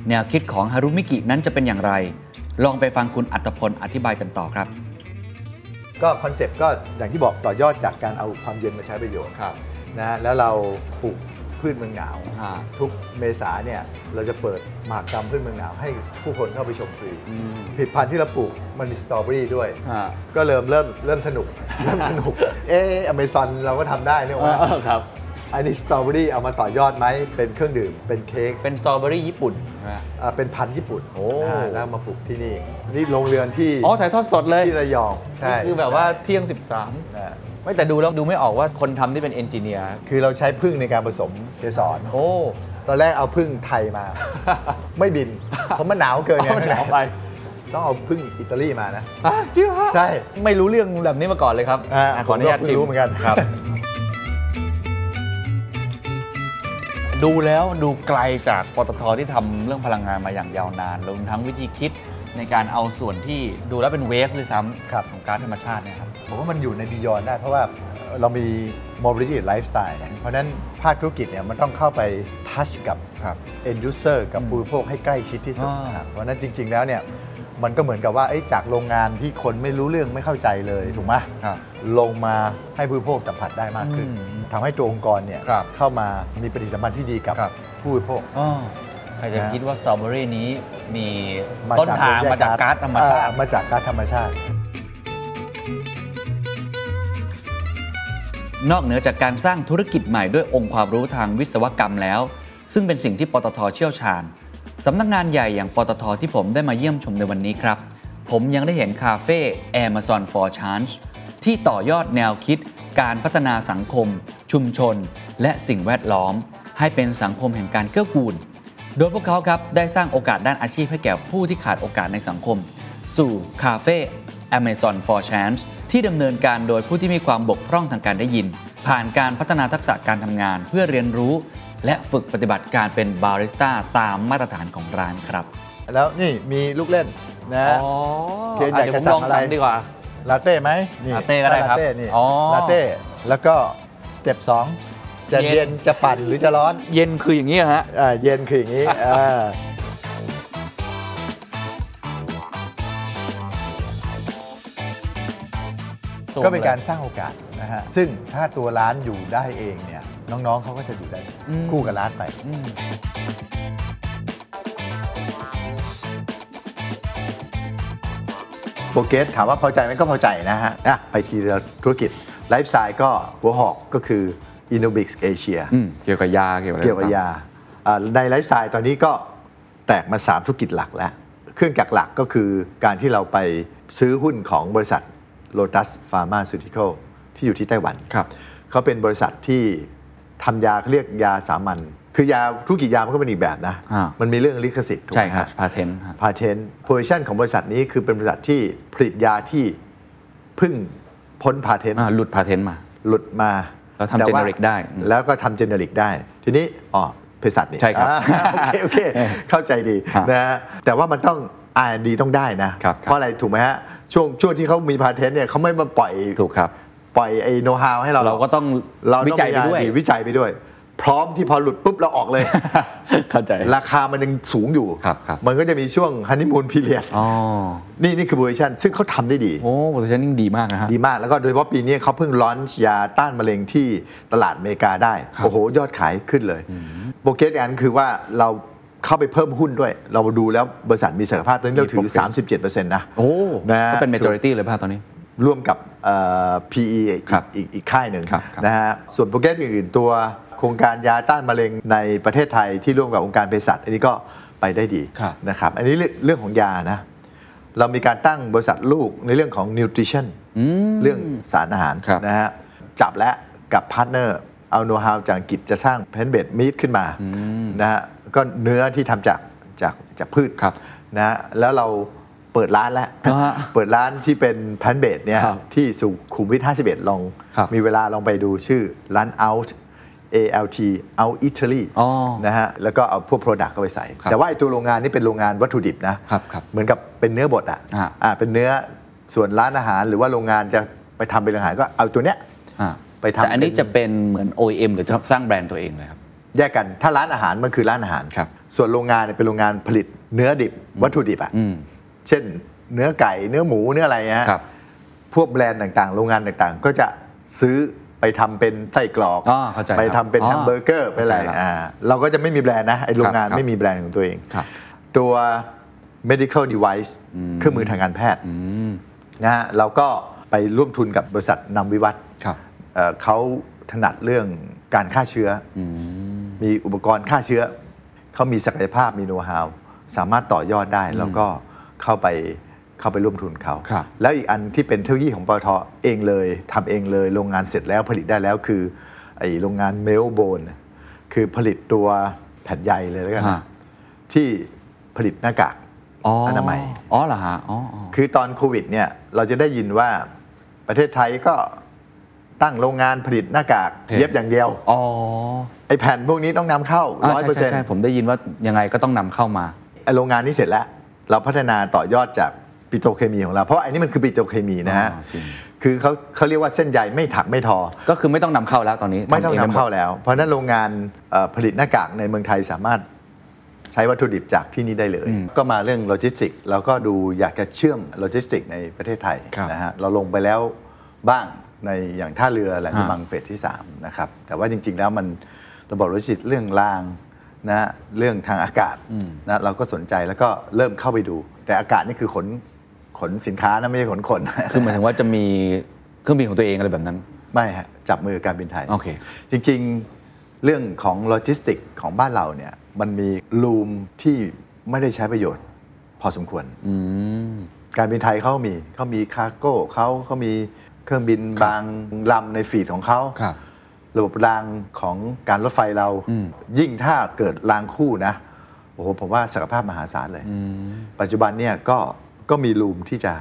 Speaker 3: แนวคิดของฮารุมิกินั้นจะเป็นอย่างไร ลองไปฟังคุณอัตพลอธิบายกันต่อครับ
Speaker 1: ก็คอนเซปต์ก็อย่างที่บอกต่อยอดจากการเอาความเย็นมาใช้ประโยชน์
Speaker 2: ครับ
Speaker 1: นะฮะแล้วเราปลูกพืชเมืองหนาว
Speaker 2: อ่า
Speaker 1: ทุกเมษาเนี่ยเราจะเปิดมหากรรมพืชเมืองหนาวให้ผู้คนเข้าไปชมฟรีผลิตภัณฑ์ที่เราปลูกมันมีสตรอเบอรี่ด้วย
Speaker 2: อ่า
Speaker 1: ก็เริ่มเริ่มเริ่มสนุก เริ่มส
Speaker 2: (laughs)
Speaker 1: นุก เอออเมซอนเราก็ทำได้เนี่ยว่า
Speaker 2: เออครับ
Speaker 1: อันนี้สตรอเบอรี่เอามาต่อยอดไหม เป็นเครื่องดื่ม เป็นเค้ก
Speaker 2: เป็นสตรอเบอรี่ญี่ปุ่นใช่ไหม
Speaker 1: อ่าเป็นพันธุ์ญี่ปุ่น
Speaker 2: โอ้
Speaker 1: นะฮะแล้วมาปลูกที่นี่ นี่โรงเรือนที่
Speaker 2: อ๋อถ่ายทอดสดเลย
Speaker 1: ที่ระยองใช่
Speaker 2: นี่คือแบบว่าเที่ยง
Speaker 1: นะฮะ
Speaker 2: 13 ไม่แต่ดูแล้วดูไม่ออกว่าคนทำที่เป็นเอนจิเนียร์
Speaker 1: คือเราใช้พึ่งในการผสมเกสร
Speaker 2: โอ้
Speaker 1: ตอนแรกเอาพึ่งไทย
Speaker 2: (laughs)
Speaker 1: มา ไม่บิน เพราะมันหนาวเกินไง
Speaker 2: เอาหนาวไป
Speaker 1: ต้องเอาพึ่งอิตาลีมานะ
Speaker 2: อ่ะจริงฮะ
Speaker 1: ใช่
Speaker 2: ไม่รู้เรื่องแบบนี้มาก่อนเลยครับ
Speaker 1: อ่า
Speaker 2: อ่ะขออนุญาต
Speaker 1: ผมก็
Speaker 2: ชิม
Speaker 1: เพิ่งรู้เหมือนกันครับ
Speaker 2: ดูแล้วดูไกลจากปตทที่ทำเรื่องพลังงานมาอย่างยาวนานรวมทั้งวิธีคิดในการเอาส่วนที่ดูแล้วเป็นเวสเลยซ้
Speaker 1: ครับ
Speaker 2: ำของการธรรมชาติเนี่ยครับ
Speaker 1: ผมว่ามันอยู่ในบียอนได้ เพราะว่าเรามี mobility and lifestyle เพราะฉะนั้นภาคธุรกิจเนี่ยมันต้องเข้าไปทัชกับ end user กับผู้บริโภคให้ใกล้ชิดที่สุด
Speaker 2: อ่า
Speaker 1: ครับเพราะฉะนั้นจริง ๆ แล้วเนี่ยมันก็เหมือนกับว่าเอ้ยจากโรงงานที่คนไม่รู้เรื่องไม่เข้าใจเลยถูกไหมลงมาให้ผู้บริโภคสัมผัสได้มากขึ้นทำให้ตัวองค์กรเนี่ยเข้ามามีปฏิสัมพันธ์ที่ดีกับผู้บริโภค
Speaker 2: อ้อใครจะ
Speaker 1: นะ
Speaker 2: คิดว่าสตรอเบอรี่นี้มี
Speaker 1: ม
Speaker 2: ต้นทาง
Speaker 1: แย
Speaker 2: มาจากก๊าซธรรมชาติ
Speaker 1: เอ่อมาจากก๊าซธรรมชาติ
Speaker 3: นอกเหนือจากการสร้างธุรกิจใหม่ด้วยองค์ความรู้ทางวิศวกรรมแล้ว ซึ่งเป็นสิ่งที่ปตทเชี่ยวชาญ สำนักงานใหญ่อย่างปตทที่ผมได้มาเยี่ยมชมในวันนี้ครับ ผมยังได้เห็นคาเฟ่ Amazon for Change ที่ต่อยอดแนวคิด การพัฒนาสังคม ชุมชน และสิ่งแวดล้อม ให้เป็นสังคมแห่งการเกื้อกูล โดยพวกเขาครับได้สร้างโอกาสด้านอาชีพให้แก่ผู้ที่ขาดโอกาสในสังคม สู่คาเฟ่ Amazon for Chance ที่ดำเนินการโดยผู้ที่มีความบกพร่องทางการได้ยิน ผ่านการพัฒนาทักษะการทำงานเพื่อเรียนรู้ และฝึกปฏิบัติการเป็นบาริสต้าตามมาตรฐานของร้านครับ
Speaker 1: แล้วนี่มีลูกเล่นนะ
Speaker 2: อ๋อ
Speaker 1: เพียงอยาก
Speaker 2: เดี๋ยว
Speaker 1: จะ
Speaker 2: ผม
Speaker 1: สั่
Speaker 2: ลอ
Speaker 1: ง
Speaker 2: ง
Speaker 1: อะไร
Speaker 2: สั่งดีกว่า
Speaker 1: ลาเต้ไหมนี่
Speaker 2: ลาเต้ก็ได้ครับ
Speaker 1: ลาเต้นี่
Speaker 2: อ๋อ
Speaker 1: ลาเต้แล้วก็สเต็ปสองจะ
Speaker 2: เย็
Speaker 1: เย็
Speaker 2: น
Speaker 1: นจะปั่นหรือจะร้อน
Speaker 2: เย็นคืออย่างนี้ฮะ
Speaker 1: อ่าเย็นคืออย่างนี้อ่าก็เป็นการสร้างโอกาสนะฮะซึ่งถ้าตัวร้านอยู่ได้เองเนี่ยน้องๆเขาก็จะอยู่ได้คู่กับร้านไป โปรเกสถามว่าพอใจไหมก็พอใจนะฮะอ่ะไปทีละธุรกิจไลฟ์สไตล์ก็หัวหอกก็คือ Innovix Asia
Speaker 3: เกี่ยวกับยาเกี่ยวกับ
Speaker 1: เกี่ยวกับยาอ่าในไลฟ์สไตล์ตอนนี้ก็แตกมา 3 ธุรกิจหลักแล้ว เครื่องจักรหลักก็คือการที่เราไปซื้อหุ้นของบริษัท Lotus Pharmaceutical ที่อยู่ที่ไต้หวัน
Speaker 3: ครับ
Speaker 1: เขาเป็นบริษัทที่ทำยาเรียกยาสามัญคือยาธุรกิจยามันก็เป็นอีกแบบนะ
Speaker 3: อ่ามั
Speaker 1: มันมีเรื่องลิขสิทธิ์ถูกไห
Speaker 3: ใช่
Speaker 1: ม
Speaker 3: ครับ
Speaker 1: ฮะ
Speaker 3: พาเทนต์
Speaker 1: พาเทนต์โพซิชันของบริษัทนี้คือเป็นบริษัทที่ผลิตยาที่เพึ่งพ้นพาเทนต์
Speaker 3: หลุดพาเทนต์มา
Speaker 1: หลุดมา
Speaker 3: แล้วทำ
Speaker 1: ต่า
Speaker 3: generic ได้อืม
Speaker 1: แล้วก็ทำเจเนริกได้ ทีนี้อ๋อเภสัชเนี่ย
Speaker 3: ใช่ครับ
Speaker 1: อ่า (laughs) โอเคโอเค
Speaker 3: (laughs)
Speaker 1: เข้าใจดี
Speaker 3: ฮะ
Speaker 1: นะฮะแต่ว่ามันต้อง R&D ต้องได้นะ
Speaker 3: ครับครับ
Speaker 1: เพราะอะไรถูกไหมฮะ ช่วงช่วงที่เขามีพาเทนต์เนี่ยเขาไม่มาปล่อย
Speaker 3: ถูกครับ
Speaker 1: ปล่อยไอ้โน้ตฮาวให้เรา
Speaker 3: เราก็ต้อง
Speaker 1: เรา
Speaker 3: วิ
Speaker 1: ต้อง
Speaker 3: จัยไปด้วย
Speaker 1: มี R&D วิจัยไปด้วย พร้อมที่พอหลุดปุ๊บเราอ
Speaker 3: (laughs)
Speaker 1: อกเลย
Speaker 3: เข้าใจ
Speaker 1: ราคามันยังสูงอยู่
Speaker 3: ครับครับ
Speaker 1: มันก็จะมีช่วงฮันนีมูนพีเรียด
Speaker 3: อ๋อ
Speaker 1: นี่นี่คือเวอร์ชันซึ่งเขาทำได้ดี
Speaker 3: โอ้โพซิชันนิ่งดีมากนะฮะ
Speaker 1: ดีมาก แล้วก็โดยเฉพาะปีนี้เขาเพิ่งลอนช์ยาต้านมะเร็งที่ตลาดอเมริกาได้ โอ้โห ยอดขายขึ้นเลย โปรเกรสอีกอันคือว่าเราเข้าไปเพิ่มหุ้นด้วย เราดูแล้วบริษัทมีศักยภาพตอนนี้เราถือ 37%นะ
Speaker 3: โอ้
Speaker 1: นะ
Speaker 3: ก็เป็น majority เลยป่ะตอนนี้
Speaker 1: ร่วมกับเอ่อ PE อีก
Speaker 3: ครับ
Speaker 1: อีกอีกค่ายหนึ่ง
Speaker 3: ครับครับ
Speaker 1: นะฮะส่วนโปรเกรสอื่นๆตัวโครงการยาต้านมะเร็งในประเทศไทยที่ร่วมกับองค์การเภสัชอันนี้ก็ไปได้ดี
Speaker 3: ครับ
Speaker 1: นะครับอันนี้เรื่องเรื่องของยานะเรามีการตั้งบริษัทลูกในเรื่องของ nutrition เรื่องสารอาหาร
Speaker 3: ครับ
Speaker 1: นะฮะจับและกับพาร์ทเนอร์เอาโน้ตฮาวจากอังกฤษจะสร้างเพนเบดมีดขึ้นมานะฮะก็เนื้อที่ทำจากจากจากพืช
Speaker 3: ครับ
Speaker 1: นะฮะแล้วเราเปิดร้านแล้ว
Speaker 3: อ่าฮะ
Speaker 1: เปิดร้านที่เป็นแพนเบดเนี่ย
Speaker 3: ครับ
Speaker 1: ที่สุขุมวิท 51 ลอง
Speaker 3: ครับ
Speaker 1: มีเวลาลองไปดูชื่อร้าน out ALT out Italy
Speaker 3: อ๋อ
Speaker 1: นะฮะแล้วก็เอาพวก Product เข้าไปใส่
Speaker 3: ครับ
Speaker 1: แต่ว่าไอ้ตัวโรงงานนี่เป็นโรงงานวัตถุดิบนะ
Speaker 3: ครับครับ
Speaker 1: เหมือนกับเป็นเนื้อบดอ่ะ
Speaker 3: อ่า
Speaker 1: อ่าเป็นเนื้อ ส่วนร้านอาหารหรือว่าโรงงานจะไปทำเป็นอาหารก็เอาตัวเนี้ย
Speaker 3: อ่า
Speaker 1: ไปทำ
Speaker 3: แต่อันนี้จะเป็นเหมือน OEM หรือสร้างแบรนด์ตัวเองเลยครับ
Speaker 1: แยกกันถ้าร้านอาหารมันคือร้านอาหาร
Speaker 3: ครับ
Speaker 1: ส่วนโรงงานเนี่ยเป็นโรงงานผลิตเนื้อดิบวัตถุดิบอะ
Speaker 3: อืม
Speaker 1: เช่น เนื้อไก่เนื้อหมูเนื้ออะไรเงี้ยฮะ
Speaker 3: ครับ
Speaker 1: พวกแบรนด์ต่างๆ โรงงานต่างๆ ก็จะซื้อไปทำเป็นไส้กรอก
Speaker 3: อ่าเข้าใจ
Speaker 1: ไปทำเป็น
Speaker 3: ครับ
Speaker 1: แฮมเบอร์เกอร์ไปอะไร
Speaker 3: เข้าใจละ
Speaker 1: อ่าเราก็จะไม่มีแบรนด์นะไอโรงงาน
Speaker 3: ครับ
Speaker 1: ไม่มีแบรนด์ของตัวเอง
Speaker 3: ครับ
Speaker 1: ตัว medical device เครื่องมือทางการแพทย์นะฮะเราก็ไปร่วมทุนกับบริษัทนำวิวัฒน์
Speaker 3: ครับ
Speaker 1: เอ่อเขาถนัดเรื่องการฆ่าเชื้ออมีอุปกรณ์ฆ่าเชื้อ เขามีศักยภาพมีโน้ตฮาวสามารถต่อยอดได้แล้วก็เข้าไปเข้าไปร่วมทุนเขา
Speaker 3: ครับ
Speaker 1: แล้วอีกอันที่เป็นเทคโนโลยีของปตทเองเลยทำเองเลย โรงงานเสร็จแล้วผลิตได้แล้วคือไอโรงงานเมลโบนคือผลิตตัวแผ่นใยเลยแล้วกันนะ
Speaker 3: ฮะ
Speaker 1: ที่ผลิตหน้ากาก
Speaker 3: อ๋ออ
Speaker 1: นามัย
Speaker 3: อ๋อเหรอฮะอ๋ออ๋อ
Speaker 1: คือตอนโควิดเนี่ยเราจะได้ยินว่าประเทศไทยก็ตั้งโรงงานผลิตหน้ากาก
Speaker 3: เห็น
Speaker 1: เย็บอย่างเดียว
Speaker 3: อ๋อ
Speaker 1: ไอแผ่นพวกนี้ต้องนำเข้า
Speaker 3: า
Speaker 1: ร้อยเปอร์
Speaker 3: ใช่
Speaker 1: เซ็น
Speaker 3: ใช่
Speaker 1: ต์
Speaker 3: ใช่ผมได้ยินว่ายังไงก็ต้องนำเข้ามา
Speaker 1: โรงงานนี้เสร็จแล้ว เราพัฒนาต่อยอดจากปิโตรเคมีของเรา เพราะอันนี้มันคือปิโตรเคมีนะฮะ
Speaker 3: อ่าจริง
Speaker 1: คือเขาเขาเรียกว่าเส้นใยไม่ถักไม่ทอ
Speaker 3: ก็คือไม่ต้องนำเข้าแล้วตอนนี้
Speaker 1: ไม่ต้อง
Speaker 3: ด้ห
Speaker 1: นำเข้าแล้ว เพราะฉะนั้นโรงงานเอ่อผลิตหน้ากากในเมืองไทยสามารถใช้วัตถุดิบจากที่นี่ได้เลย ก็มาเรื่องโลจิสติกเราก็ดูอยากจะเชื่อมโลจิสติกในประเทศไทยนะฮะเราลงไปแล้วบ้างในอย่างท่าเรือแหลมฉบังเฟสที่ 3 นะครับ แต่ว่าจริง ๆ แล้วมันระบบโลจิสติกเรื่องรางนะฮะเรื่องทางอากาศนะเราก็สนใจแล้วก็เริ่มเข้าไปดู แต่อากาศนี่คือขนขนสินค้านะไม่ใช่ขนคน
Speaker 3: คือหมายถึงว่าจะมีเครื่องบินของตัวเองอะไรแบบนั้น
Speaker 1: (laughs) ไม่ฮะจับมือการบินไทย
Speaker 3: โอเค
Speaker 1: จริงๆ เรื่องของโลจิสติกของบ้านเราเนี่ยมันมีลูมที่ไม่ได้ใช้ประโยชน์ พอสมควร
Speaker 3: อืม
Speaker 1: การบินไทยเขามีเขามีคาร์โก้เขาเขามีเครื่องบินบางลำในฟีดของเขา
Speaker 3: ครับ
Speaker 1: ระบบรางของการรถไฟเรา ยิ่งถ้าเกิดรางคู่นะโอ้โหผมว่าศักยภาพมหาศาลเลย ปัจจุบันเนี่ยก็ก็มีลูมที่จะ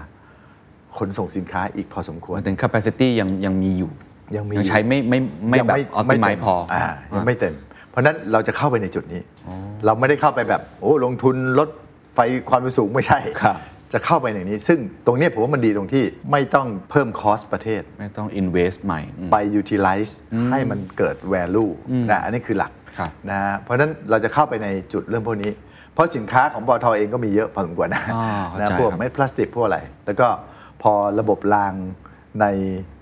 Speaker 1: ขนส่งสินค้าอีกพอสมควร
Speaker 3: มันถึง capacity ยังยังมีอยู่
Speaker 1: ยังมี
Speaker 3: ใช้ไม่ไม่ไม่แบบออติไม
Speaker 1: เต็
Speaker 3: พออา
Speaker 1: ยังไม่เต็ม เพราะฉะนั้นเราจะเข้าไปในจุดนี้ เราไม่ได้เข้าไปแบบโอ้ลงทุนลดไฟความเร็วสูงไม่ใช่
Speaker 3: ครับ
Speaker 1: จะเข้าไปอย่างนี้ ซึ่งตรงเนี้ยผมว่ามันดีตรงที่ไม่ต้องเพิ่มคอสประเทศ
Speaker 3: ไม่ต้อง invest ใหม่อืม
Speaker 1: ไป utilize ให้มันเกิด value นะอันนี้คือหลัก
Speaker 3: ครับ
Speaker 1: นะฮะเพราะฉะนั้นเราจะเข้าไปในจุดเรื่องพวกนี้ เพราะสินค้าของปตทเองก็มีเยอะพอสมควรนะ
Speaker 3: อ่าเข้าใจ
Speaker 1: นะพวก
Speaker 3: ครับ
Speaker 1: เม็ดพลาสติกพวกอะไร แล้วก็พอระบบรางใน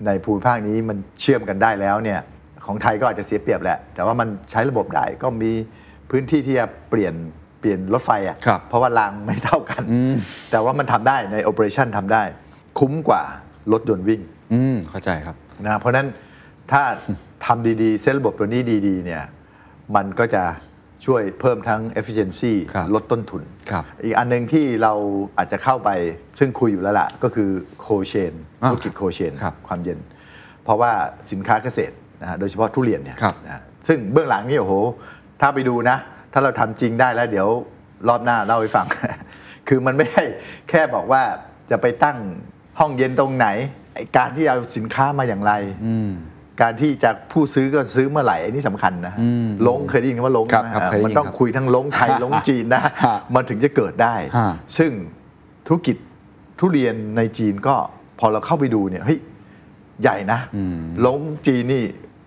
Speaker 1: ในภูมิภาคนี้มันเชื่อมกันได้แล้วเนี่ยของไทยก็อาจจะเสียเปรียบแหละ แต่ว่ามันใช้ระบบได้ก็มีพื้นที่ที่จะเปลี่ยนเปลี่ยนรถไฟอ่ะ
Speaker 3: ครับ
Speaker 1: เพราะว่ารางไม่เท่ากัน แต่ว่ามันทำได้ในโอเปอเรชันทำได้ คุ้มกว่ารถยนต์วิ่ง
Speaker 3: อืมเข้าใจครับ
Speaker 1: นะเพราะฉะนั้นถ้าทำดีๆ เส้นระบบตัวนี้ดีๆเนี่ยมันก็จะช่วยเพิ่มทั้ง efficiency
Speaker 3: ครับ
Speaker 1: ลดต้นทุน
Speaker 3: ครับ
Speaker 1: อีกอันหนึ่งที่เราอาจจะเข้าไปซึ่งคุยอยู่แล้วล่ะ ก็คือโคเชน
Speaker 3: อ่า
Speaker 1: ธุรกิจโคเชน
Speaker 3: ครับ
Speaker 1: ความเย็น เพราะว่าสินค้าเกษตรนะฮะโดยเฉพาะทุเรียนเนี่ย
Speaker 3: ครับ
Speaker 1: นะฮะซึ่งเบื้องหลังนี่โอ้โห ถ้าไปดูนะ ถ้าเราทำจริงได้แล้วเดี๋ยวรอบหน้าเล่าให้ฟัง (laughs) คือมันไม่ใช่แค่บอกว่าจะไปตั้งห้องเย็นตรงไหนไอ้การที่เอาสินค้ามาอย่างไร การที่จะผู้ซื้อก็ซื้อเมื่อไหร่อันนี้สำคัญนะลงเคยได้ยินว่าลง
Speaker 3: ครับ
Speaker 1: นะครับ
Speaker 3: เคยได้ยิน
Speaker 1: มันต้อง
Speaker 3: ครับ
Speaker 1: คุยทั้งลง
Speaker 3: (laughs)
Speaker 1: ไทย ลงจีนนะ
Speaker 3: ฮะ
Speaker 1: มันถึงจะเกิดได้
Speaker 3: ฮะ
Speaker 1: ซึ่งธุรกิจทุเรียนในจีนก็พอเราเข้าไปดูเนี่ยเฮ้ยใหญ่นะลงจีนนี่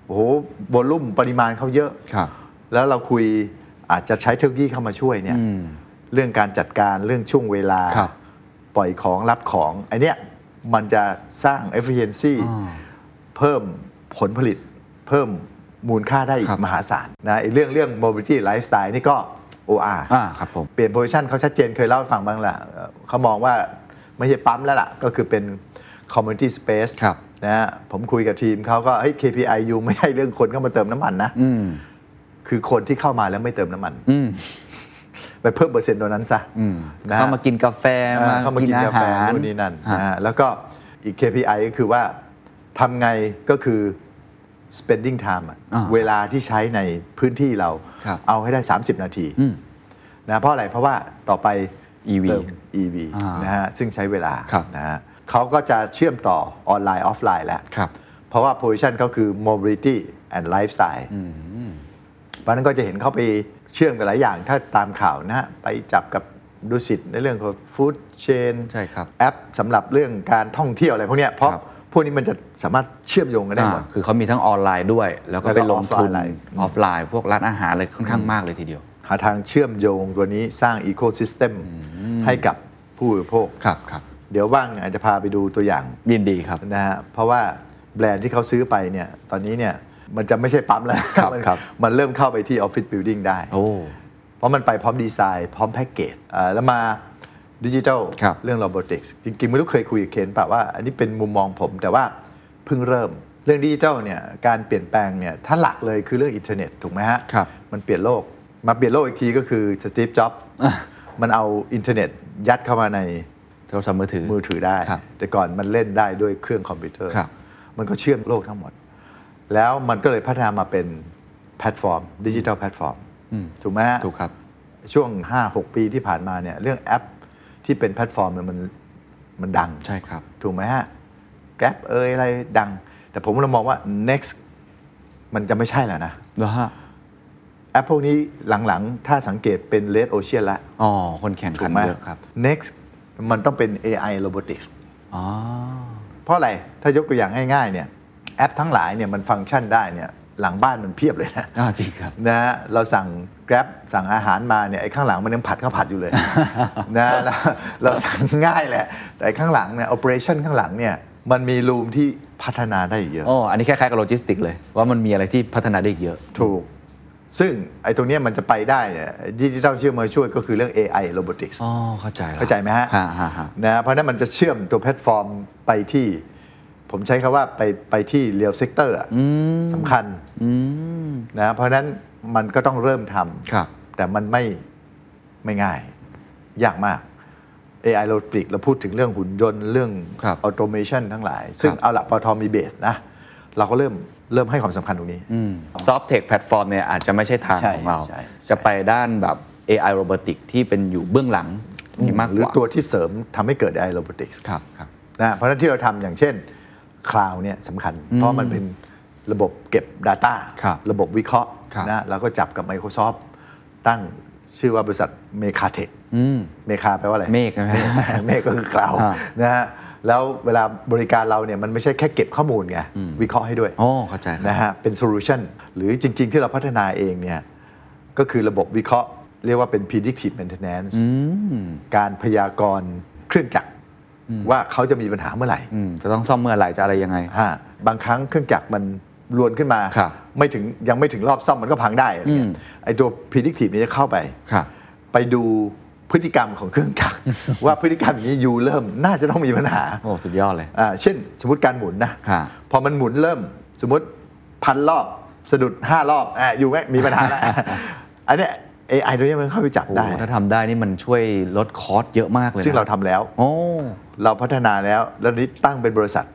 Speaker 1: โอ้โหวอลลุ่มปริมาณเขาเยอะ
Speaker 3: ครับ
Speaker 1: แล้วเราคุยอาจจะใช้เทคโนโลยีเข้ามาช่วยเนี่ย
Speaker 3: อืม
Speaker 1: เรื่องการจัดการเรื่องช่วงเวลา
Speaker 3: ครับ
Speaker 1: ปล่อยของรับของไอเนี้ยมันจะสร้าง efficiency
Speaker 3: อ่า
Speaker 1: เพิ่มผลผลิต เพิ่มมูลค่าได้อี
Speaker 3: ครั
Speaker 1: ก
Speaker 3: บ
Speaker 1: มหาศาลนะไอเรื่องเรื่อง mobility lifestyle นี่ก็ OR
Speaker 3: อ่าครับผม
Speaker 1: เปลี่ยนโพซิชันเขาชัดเจนเคยเล่าให้ฟังบ้างละเอ่อเขามองว่าไม่ใช่ปั๊มแล้วล่ะ ก็คือเป็น community space
Speaker 3: ครับ
Speaker 1: นะฮะผมคุยกับทีมเขาก็เฮ้ย KPI ยูไม่ใช่เรื่องคนเข้ามาเติมน้ำมันนะ คือคนที่เข้ามาแล้วไม่เติมน้ำมัน
Speaker 3: อืม
Speaker 1: ไปเพิ่มเปอร์เซ็นต์ตรงนั้นซะนะฮะ
Speaker 3: เข้ามากินกาแฟ
Speaker 1: เออ
Speaker 3: มา
Speaker 1: เข้ามา
Speaker 3: กิ
Speaker 1: กิ
Speaker 3: นอาก
Speaker 1: นาแฟ
Speaker 3: หาร
Speaker 1: นู่นนี่นั่น
Speaker 3: ฮะ
Speaker 1: นะฮะแล้วก็อีก KPI ก็คือว่าทำไงก็คือ spending time อะ
Speaker 3: อ่า
Speaker 1: เวลาที่ใช้ในพื้นที่เรา
Speaker 3: ครับ
Speaker 1: เอาให้ได้ 30 นาที
Speaker 3: อืม
Speaker 1: นะเพราะอะไรเพราะว่าต่อไป
Speaker 3: EV
Speaker 1: เติม EV
Speaker 3: อ่าน
Speaker 1: นะฮะซึ่งใช้เวลา
Speaker 3: ครับ
Speaker 1: นะฮะเขาก็จะเชื่อมต่อออนไลน์ออฟไลน์แล้ว
Speaker 3: ครับ
Speaker 1: เพราะว่า position เขาคือ mobility and lifestyle เพราะฉะนั้นก็จะเห็นเขาไปเชื่อมกับหลายอย่างถ้าตามข่าวนะฮะไปจับกับ ดุสิตในเรื่องของฟู้ดเชน
Speaker 3: ใช่ครับ
Speaker 1: แอปสำหรับเรื่องการท่องเที่ยวอะไรพวกเนี้ยเพราะ
Speaker 3: ครับ
Speaker 1: พวกนี้มันจะสามารถเชื่อมโยงกันได้หมด
Speaker 3: อ่าคือเขามีทั้งออนไลน์ด้วย แล้วก็
Speaker 1: แล้วก็
Speaker 3: ไปลงทุน
Speaker 1: ออฟไลน์
Speaker 3: ออฟไลน์ พวกร้านอาหารอะไรค่อนข้างมากเลยทีเดียว
Speaker 1: หาทางเชื่อมโยงตัวนี้สร้างอีโคซิสเต็มให้กับผู้บริโภค
Speaker 3: ครับครับ
Speaker 1: เดี๋ยวว่างอาจจะพาไปดูตัวอย่าง
Speaker 3: ยินดีครับ
Speaker 1: นะฮะเพราะว่าแบรนด์ที่เขาซื้อไปเนี่ยตอนนี้เนี่ยมันจะไม่ใช่ปั๊มแล้ว
Speaker 3: ครับ
Speaker 1: มัน
Speaker 3: ครับ
Speaker 1: มันเริ่มเข้าไปที่ออฟฟิศบิลดิ่งได้
Speaker 3: โอ้
Speaker 1: เพราะมันไปพร้อมดีไซน์พร้อมแพ็กเกจอ่าแล้วมาดิจิทัล
Speaker 3: ครับ
Speaker 1: เรื่องโรบอติกส์จริงๆ ไม่รู้เคยคุยกับเคนป่ะว่า อันนี้เป็นมุมมองผมแต่ว่าเพิ่งเริ่มเรื่องดิจิทัลเนี่ยการเปลี่ยนแปลงเนี่ยถ้าหลักเลยคือเรื่องอินเทอร์เน็ต ถูกไหมฮะ
Speaker 3: ครับ
Speaker 1: มันเปลี่ยนโลก มาเปลี่ยนโลกอีกทีก็คือสตีฟจ็อบส์มันเอาอินเทอร์เน็ตยัดเข้ามาใน
Speaker 3: โทรศัพท์มือถือ
Speaker 1: มือถือได้
Speaker 3: ครับ
Speaker 1: แต่ก่อนมันเล่นได้ด้วยเครื่องคอมพิวเตอร์
Speaker 3: ครับ
Speaker 1: มันก็เชื่อมโลกทั้งหมด แล้วมันก็เลยพัฒนามาเป็นแพลตฟอร์มดิจิทัลแพลตฟอร์มถูกไหมฮะ
Speaker 3: ถูกครับ
Speaker 1: ช่วง 5-6 ปีที่ผ่านมาเนี่ยเรื่องแอปที่เป็นแพลตฟอร์มเนี่ยมันมันดัง
Speaker 3: ใช่ครับ
Speaker 1: ถูกไหมฮะแกร็บเอยอะไรดัง แต่ผมเรามองว่า next มันจะไม่ใช่แล้วนะ
Speaker 3: แล้วฮะ
Speaker 1: แอปพวกนี้หลังๆ ถ้าสังเกตเป็น red ocean ละ
Speaker 3: อ๋อ คนแข่ง
Speaker 1: ถู
Speaker 3: ขั
Speaker 1: ก
Speaker 3: น
Speaker 1: ไหม
Speaker 3: เยอะครับ
Speaker 1: next มันต้องเป็น AI robotics
Speaker 3: อ๋อ
Speaker 1: เพราะอะไร ถ้ายกตัวอย่างง่ายๆเนี่ยแอปทั้งหลายเนี่ยมันฟังก์ชันได้เนี่ยหลังบ้านมันเพียบเลยนะ
Speaker 3: อ่าจริงครับ
Speaker 1: นะฮะเราสั่ง Grab สั่งอาหารมาเนี่ยไอ้ข้างหลังมันยังผัดข้าวผัดอยู่เลย
Speaker 3: (laughs)
Speaker 1: นะเราเราสั่งง่ายแหละ แต่ข้างหลังเนี่ยโอเปอเรชั่นข้างหลังเนี่ยมันมีรูมที่พัฒนาได้อีกเยอะ
Speaker 3: อ๋อ อันนี้คล้ายๆกับโลจิสติกเลย ว่ามันมีอะไรที่พัฒนาได้อีกเยอะ
Speaker 1: ถูก ซึ่งไอ้ตรงเนี้ยมันจะไปได้เนี่ยดิจิทัลเชื่อมมาช่วยก็คือเรื่อง AI robotics
Speaker 3: อ๋อ เข้าใจแล้ว
Speaker 1: เข้าใจไหมฮะ
Speaker 3: ฮะฮะฮะ
Speaker 1: นะเพราะฉะนั้นมันจะเชื่อมตัวแพลตฟอร์มไปที่ ผมใช้คำว่าไปไปที่เรียลเซกเตอร์สำคัญนะเพราะฉะนั้นมันก็ต้องเริ่มทำ
Speaker 3: ครับ
Speaker 1: แต่มันไม่ไม่ง่าย ยากมาก AI โรบอติกเราพูดถึงเรื่องหุ่นยนต์เรื่อง
Speaker 3: ครับ
Speaker 1: ออโตเมชันทั้งหลาย ซึ่ง
Speaker 3: ครับ
Speaker 1: เอาละปตทมีเบสนะ เราก็เริ่มเริ่มให้ความสำคัญตรงนี้
Speaker 3: ซอฟต์เทคแพลตฟอร์มเนี่ยอาจจะไม่ใช่ทาง
Speaker 1: ใช่
Speaker 3: ของเรา
Speaker 1: ใช่ใช่
Speaker 3: จะไปด้านแบบ AI robotic ที่เป็นอยู่เบื้องหลังนี่มาก
Speaker 1: ห
Speaker 3: ก
Speaker 1: รือ
Speaker 3: ว่า
Speaker 1: ตัวที่เสริมทำให้เกิด AI Robotics
Speaker 3: ครับครับ
Speaker 1: นะเพราะฉะนั้นที่เราทำอย่างเช่นคลาวเนี่ยสำคัญ เพราะมันเป็นระบบเก็บ Data
Speaker 3: ครับ
Speaker 1: ระบบวิเคราะห์
Speaker 3: ครับ
Speaker 1: นะเราก็จับกับ Microsoft ตั้งชื่อว่าบริษัทเมคาเทคเมคาแปลว่าอะไร
Speaker 3: เมฆ
Speaker 1: (laughs)
Speaker 3: นะฮะ
Speaker 1: เมฆก็คือคลาว
Speaker 3: อ่า
Speaker 1: นะฮะแล้วเวลาบริการเราเนี่ยมันไม่ใช่แค่เก็บข้อมูลไงวิเคราะห์ให้ด้วย
Speaker 3: อ๋อเข้าใจครับ
Speaker 1: นะฮะเป็นโซลูชันหรือจริง ๆ ที่เราพัฒนาเองเนี่ยก็คือระบบวิเคราะห์ เรียกว่าเป็น predictive maintenance การพยากรณ์เครื่องจักรว่าเขาจะมีปัญหาเมื่อไหร่
Speaker 3: อืมจะต้องซ่อมเมื่อไหร่จะอะไรยังไง
Speaker 1: ฮะบางครั้งเครื่องจักรมันรวนขึ้นมา
Speaker 3: ครับ
Speaker 1: ไม่ถึงยังไม่ถึงรอบซ่อมมันก็พังได้อะไรเงี้ยไอ้ตัว predictive นี้จะเข้าไป
Speaker 3: ครับ
Speaker 1: ไปดูพฤติกรรมของเครื่องจักร
Speaker 3: (laughs)
Speaker 1: ว่าพฤติกรรมอย่างนี้อยู่เริ่มน่าจะต้องมีปัญหา
Speaker 3: โอ้สุดยอดเลย
Speaker 1: อ่าเช่นสมมติการหมุนนะ
Speaker 3: ค่ะ
Speaker 1: พอมันหมุนเริ่มสมมติพันรอบสะดุด 5 รอบอ่าอยู่ไหมมีปัญหาแล้ว (laughs) อันเนี้ย AI ตัวเนี้ยมันเข้าไปจับ
Speaker 3: โอ้
Speaker 1: ได้
Speaker 3: ถ้าทำได้นี่มันช่วยลดคอสเยอะมากเลยนะ
Speaker 1: ซึ่งเราทำแล้ว
Speaker 3: โอ้
Speaker 1: เราพัฒนาแล้วแล้วนี้ตั้งเป็นบริษัท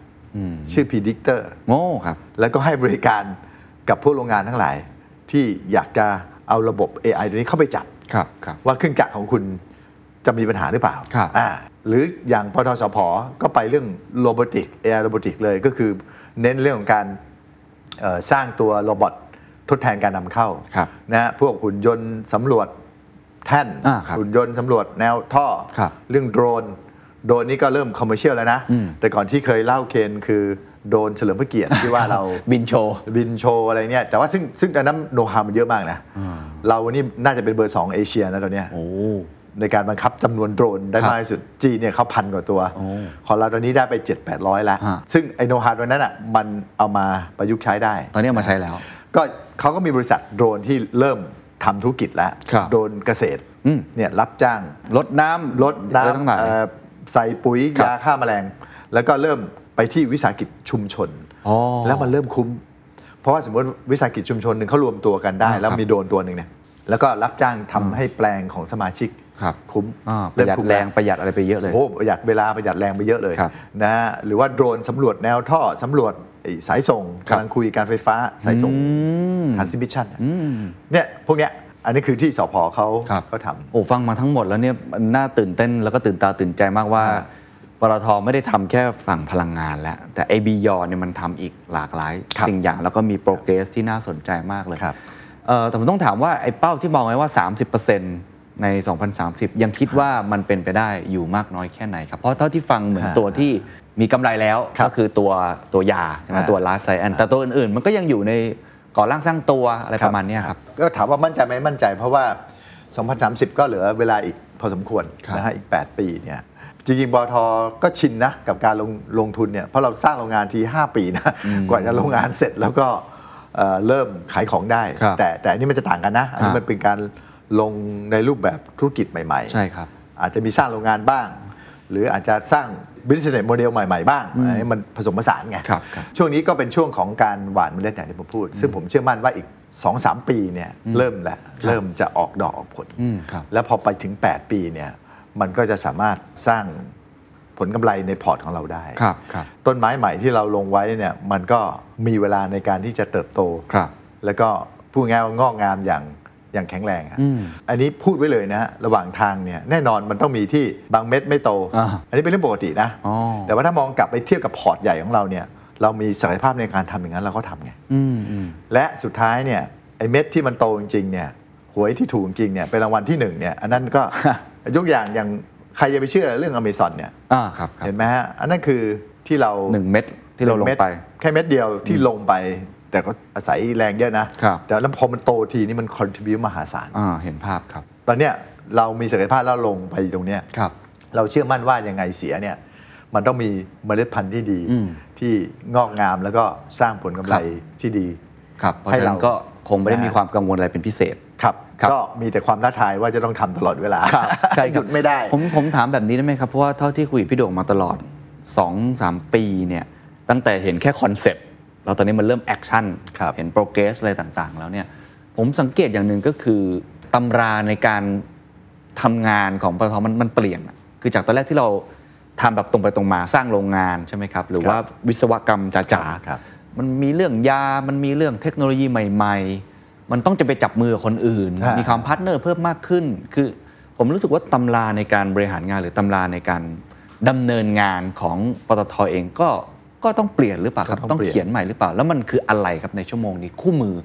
Speaker 1: ชื่อ Predictor
Speaker 3: โอ้ครับ
Speaker 1: แล้วก็ให้บริการกับพวกโรงงานทั้งหลาย ที่อยากจะเอาระบบ AI ตัวนี้เข้าไปจับ
Speaker 3: ครับครับ
Speaker 1: ว่าเครื่องจักรของคุณจะมีปัญหาหรือเปล่า
Speaker 3: ครับ
Speaker 1: อ่าหรืออย่างพทสพก็ไปเรื่องโรบอติก AI โรบอติกเลยก็คือเน้นเรื่องของการเอ่อสร้างตัวโรบอททดแทนการนำเข้า
Speaker 3: ครับ
Speaker 1: นะฮะพวกหุ่นยนต์สำรวจแท่น
Speaker 3: อ่าครับ
Speaker 1: หุ่นยนต์สำรวจแนวท่อ
Speaker 3: ครับ
Speaker 1: เรื่องโดรน โดรนนี่ก็เริ่มคอมเมอรเชียลแล้วนะ แต่ก่อนที่เคยเล่าเคนคือโดรนเฉลิมพระเกียรติ
Speaker 3: (laughs)
Speaker 1: ที่ว่าเรา
Speaker 3: บินโชว์
Speaker 1: บินโชว์อะไรเนี่ย แต่ว่าซึ่งซึ่งอันนั้นโนฮามันเยอะมากนะ เรานี่น่าจะเป็นเบอร์ 2 เอเชียนะตอนเนี้ย
Speaker 3: โอ้
Speaker 1: ในการบังคับจำนวนโดรนได้
Speaker 3: ครับ
Speaker 1: มากที่สุด จีนเนี่ยเขาพันกว่าตัว ของเราตอนนี้ได้ไป 7 8 0 0 แล้ว
Speaker 3: ฮะ
Speaker 1: ซึ่งไอโนฮาตัวนั้นอ่ะมันเอามาประยุกต์ใช้ได้
Speaker 3: ตอนนี้เอามาใช้แล้ว
Speaker 1: ก็เขาก็มีบริษัทโดรนที่เริ่มทำธุรกิจแล้ว
Speaker 3: ครับ
Speaker 1: โดรนเกษตร
Speaker 3: อืม
Speaker 1: เนี่ยรับจ้าง
Speaker 3: ลดน้ำ
Speaker 1: ลด
Speaker 3: อะไรทั้งหลา
Speaker 1: น้ำ
Speaker 3: ย
Speaker 1: เอ่อใส่ปุ๋ย
Speaker 3: ครับ
Speaker 1: ยาฆ่าแมลง แล้วก็เริ่มไปที่วิสาหกิจชุมชน
Speaker 3: อ๋อ
Speaker 1: แล้วมันเริ่มคุ้ม เพราะว่าสมมติวิสาหกิจชุมชนหนึ่งเขารวมตัวกันได้
Speaker 3: อ่า
Speaker 1: แล้วมีโดรนตัวหนึ่งเนี่ยแล้วก็รับจ้างทำให้แปลงของสมาชิก
Speaker 3: ครับ
Speaker 1: คุ้ม
Speaker 3: อ่าประหยัด
Speaker 1: คุ้ม
Speaker 3: แร
Speaker 1: ล้ว
Speaker 3: งประหยัดอะไรไปเยอะเลย
Speaker 1: โอ้โหประหยัดเวลาประหยัดแรงไปเยอะเลย
Speaker 3: ครับ
Speaker 1: นะฮะหรือว่าโดรนสำรวจแนวท่อสำรวจไอ้สายส่ง
Speaker 3: ครับ
Speaker 1: กำลังคุยการไฟฟ้าสายส่งทรานซิมิชันเนี่ยพวกเนี้ยอันนี้คือที่สพเขา
Speaker 3: ครับ
Speaker 1: เขาทำ
Speaker 3: โอ้ฟังมาทั้งหมดแล้วเนี่ยมันน่าตื่นเต้นแล้วก็ตื่นตาตื่นใจมากว่าปตทไม่ได้ทำแค่ฝั่งพลังงานแล้ว แต่ a b ยอเนี่ยมันทำอีกหลากหลาย
Speaker 1: ครับ
Speaker 3: สิ่งอย่างแล้วก็มีโปรเกรสที่น่าสนใจมากเลย
Speaker 1: ครับ
Speaker 3: เอ่อแต่ผมต้องถามว่าไอ้เป้าที่มองไว้ว่า 30%น ใน 2030 ยังคิดว่ามันเป็นไปได้อยู่มากน้อยแค่ไหนครับ เพราะเท่าที่ฟังเหมือน
Speaker 1: ฮะ
Speaker 3: ตัวที่มีกำไรแล้ว
Speaker 1: ครับ
Speaker 3: ก็คือตัวตัวยาใช่ไหม
Speaker 1: ฮะ
Speaker 3: ตัว life science แต่ตัวอื่นๆ มันก็ยังอยู่ในก่อร่างสร้างตัวอะไรประมาณเนี้ยครับ
Speaker 1: ก็ถามว่ามั่นใจไหมมั่นใจ เพราะว่า 2030 ก็เหลือเวลาอีกพอสมควร
Speaker 3: ครับ
Speaker 1: นะฮะอีก 8 ปีเนี่ยจริงๆบอทก็ชินนะกับการลงลงทุนเนี่ยเพราะเราสร้างโรงงานที 5 ปีนะกว่าจะโรงงานเสร็จแล้วก็เอ่อเริ่มขายของได้
Speaker 3: ครับ
Speaker 1: แต่แต่อันนี้มันจะต่างกันนะ อันนี้
Speaker 3: ฮะ
Speaker 1: มันเป็นการลงในรูปแบบธุรกิจใหม่ ๆ
Speaker 3: ใช่ครับ
Speaker 1: อาจจะมีสร้างโรงงานบ้าง หรืออาจจะสร้าง business model ใหม่ ๆ บ้างอันนี้มันผสมผสานไง
Speaker 3: ครับครับ
Speaker 1: ช่วงนี้ก็เป็นช่วงของการหว่านเมล็ดอย่างที่ผมพูด ซึ่งผมเชื่อมั่นว่าอีก 2-3 ปีเนี่ยเริ่มแล้ว เริ่มจะออกดอกออกผล
Speaker 3: อืมครับ
Speaker 1: แล้วพอไปถึง 8 ปีเนี่ยมันก็จะสามารถสร้างผลกำไรในพอร์ตของเราได้
Speaker 3: ครับครับ
Speaker 1: ต้นไม้ใหม่ที่เราลงไว้เนี่ยมันก็มีเวลาในการที่จะเติบโต
Speaker 3: ครับ
Speaker 1: แล้วก็พูดง่ายว่างอกงามอย่างอย่างแข็งแรงอะ
Speaker 3: อืม
Speaker 1: อันนี้พูดไว้เลยนะฮะระหว่างทางเนี่ยแน่นอนมันต้องมีที่บางเม็ดไม่โต
Speaker 3: อ่า
Speaker 1: อันนี้เป็นเรื่องปกตินะ
Speaker 3: อ๋อ
Speaker 1: แต่ว่าถ้ามองกลับไปเทียบกับพอร์ตใหญ่ของเราเนี่ยเรามีศักยภาพในการทำอย่างนั้นเราก็ทำไง
Speaker 3: อืมอืม
Speaker 1: และสุดท้ายเนี่ยไอ้เม็ดที่มันโตจริงๆเนี่ยหวยที่ถูกจริงเนี่ยเป็นรางวัลที่หนึ่งเนี่ยอันนั้นก็ ยกอย่างอย่างใครจะไปเชื่อเรื่องอเมซอนเนี่ย
Speaker 3: อ่าครับครับ
Speaker 1: เห็นไหมฮะอันนั้นคือที่เรา
Speaker 3: หนึ่งเม็ดที่เราลงไป
Speaker 1: ม็ดแค่เม็ดเดียวที่ลงไป แต่ก็อาศัยแรงเยอะนะ
Speaker 3: ครับ
Speaker 1: แต่แล้วพอมันโตทีนี่มันคอนทริบิวมหาศาล
Speaker 3: อ่าเห็นภาพครับ
Speaker 1: ตอนเนี้ยเรามีศักยภาพแล้วลงไปตรงเนี้ย
Speaker 3: ครับ
Speaker 1: เราเชื่อมั่นว่ายังไงเสียเนี่ยมันต้องมีเมล็ดพันธุ์ที่ดี
Speaker 3: อืม
Speaker 1: ที่งอกงามแล้วก็สร้างผลกำไรที่ดี
Speaker 3: ครับเพราะ
Speaker 1: ให้
Speaker 3: ฉะ
Speaker 1: เรา
Speaker 3: นั้นก็คงไม่ได้
Speaker 1: นะฮะ
Speaker 3: มีความกังวลอะไรเป็นพิเศษ
Speaker 1: ครับ
Speaker 3: ครับ
Speaker 1: ก็มีแต่ความท้าทายว่าจะต้องทำตลอดเวลา
Speaker 3: ใช่
Speaker 1: ห
Speaker 3: ครับ
Speaker 1: ยุดไม่ได้
Speaker 3: ผมผมถามแบบนี้ได้ไหมครับ เพราะว่าเท่าที่คุยกับพี่โด่งมาตลอด 2 3 ปีเนี่ยตั้งแต่เห็นแค่คอนเซปต์แล้วตอนนี้มันเริ่มแอคชั่น
Speaker 1: ครับ
Speaker 3: เห็นโปรเกรสอะไรต่างๆ แล้วเนี่ยผมสังเกตอย่างหนึ่งก็คือตำราในการทำงานของปตทมันมันเปลี่ยนอะคือจากตอนแรกที่เราทำแบบตรงไปตรงมาสร้างโรงงานใช่ไหมครับหรือว่าวิศวกรรมจ๋าๆ
Speaker 1: ครับ
Speaker 3: มันมีเรื่องยา มันมีเรื่องเทคโนโลยีใหม่ ๆ มันต้องจะไปจับมือกับคนอื่น
Speaker 1: ฮะ
Speaker 3: มีความพาร์ทเนอร์เพิ่มมากขึ้น คือผมรู้สึกว่าตำราในการบริหารงานหรือตำราในการดำเนินงานของปตทเองก็ก็ต้องเปลี่ยนหรือเปล่าครับ ต้องเขียนใหม่หรือเปล่า แล้วมันคืออะไรครับในชั่วโมงนี้คู่มือ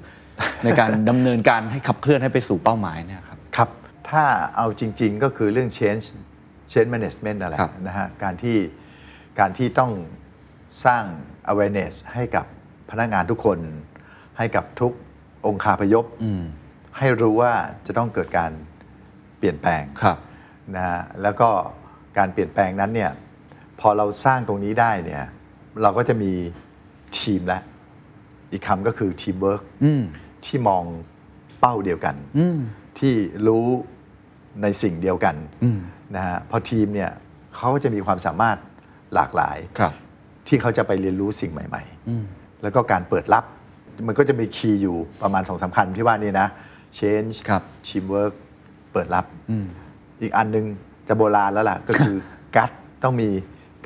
Speaker 3: ในการดำเนินการให้ขับเคลื่อนให้ไปสู่เป้าหมายเนี่ยครับ
Speaker 1: ครับ ถ้าเอาจริง ๆ ก็คือเรื่อง change change management นั่นแหละ
Speaker 3: ครับ
Speaker 1: นะฮะ การที่ การที่ต้องสร้าง awareness ให้กับพนักงานทุกคน ให้กับทุกองคาพยพ ให้รู้ว่าจะต้องเกิดการเปลี่ยนแปลง
Speaker 3: ครับ
Speaker 1: นะฮะ แล้วก็การเปลี่ยนแปลงนั้นเนี่ย พอเราสร้างตรงนี้ได้เนี่ย เราก็จะมีทีมแล้ว อีกคำก็คือ teamwork
Speaker 3: อืม
Speaker 1: ที่มองเป้าเดียวกัน ที่รู้ในสิ่งเดียวกันนะฮะพอทีมเนี่ยเขาก็จะมีความสามารถหลากหลาย
Speaker 3: ครับ
Speaker 1: ที่เขาจะไปเรียนรู้สิ่งใหม่ ๆ แล้วก็การเปิดรับ มันก็จะมีคีย์อยู่ประมาณสองสามคัญที่ว่านี่นะ change
Speaker 3: ครับ
Speaker 1: teamwork เปิดรับ อีกอันนึงจะโบราณแล้วล่ะ ก็
Speaker 3: (laughs)
Speaker 1: คือ กัดต้องมี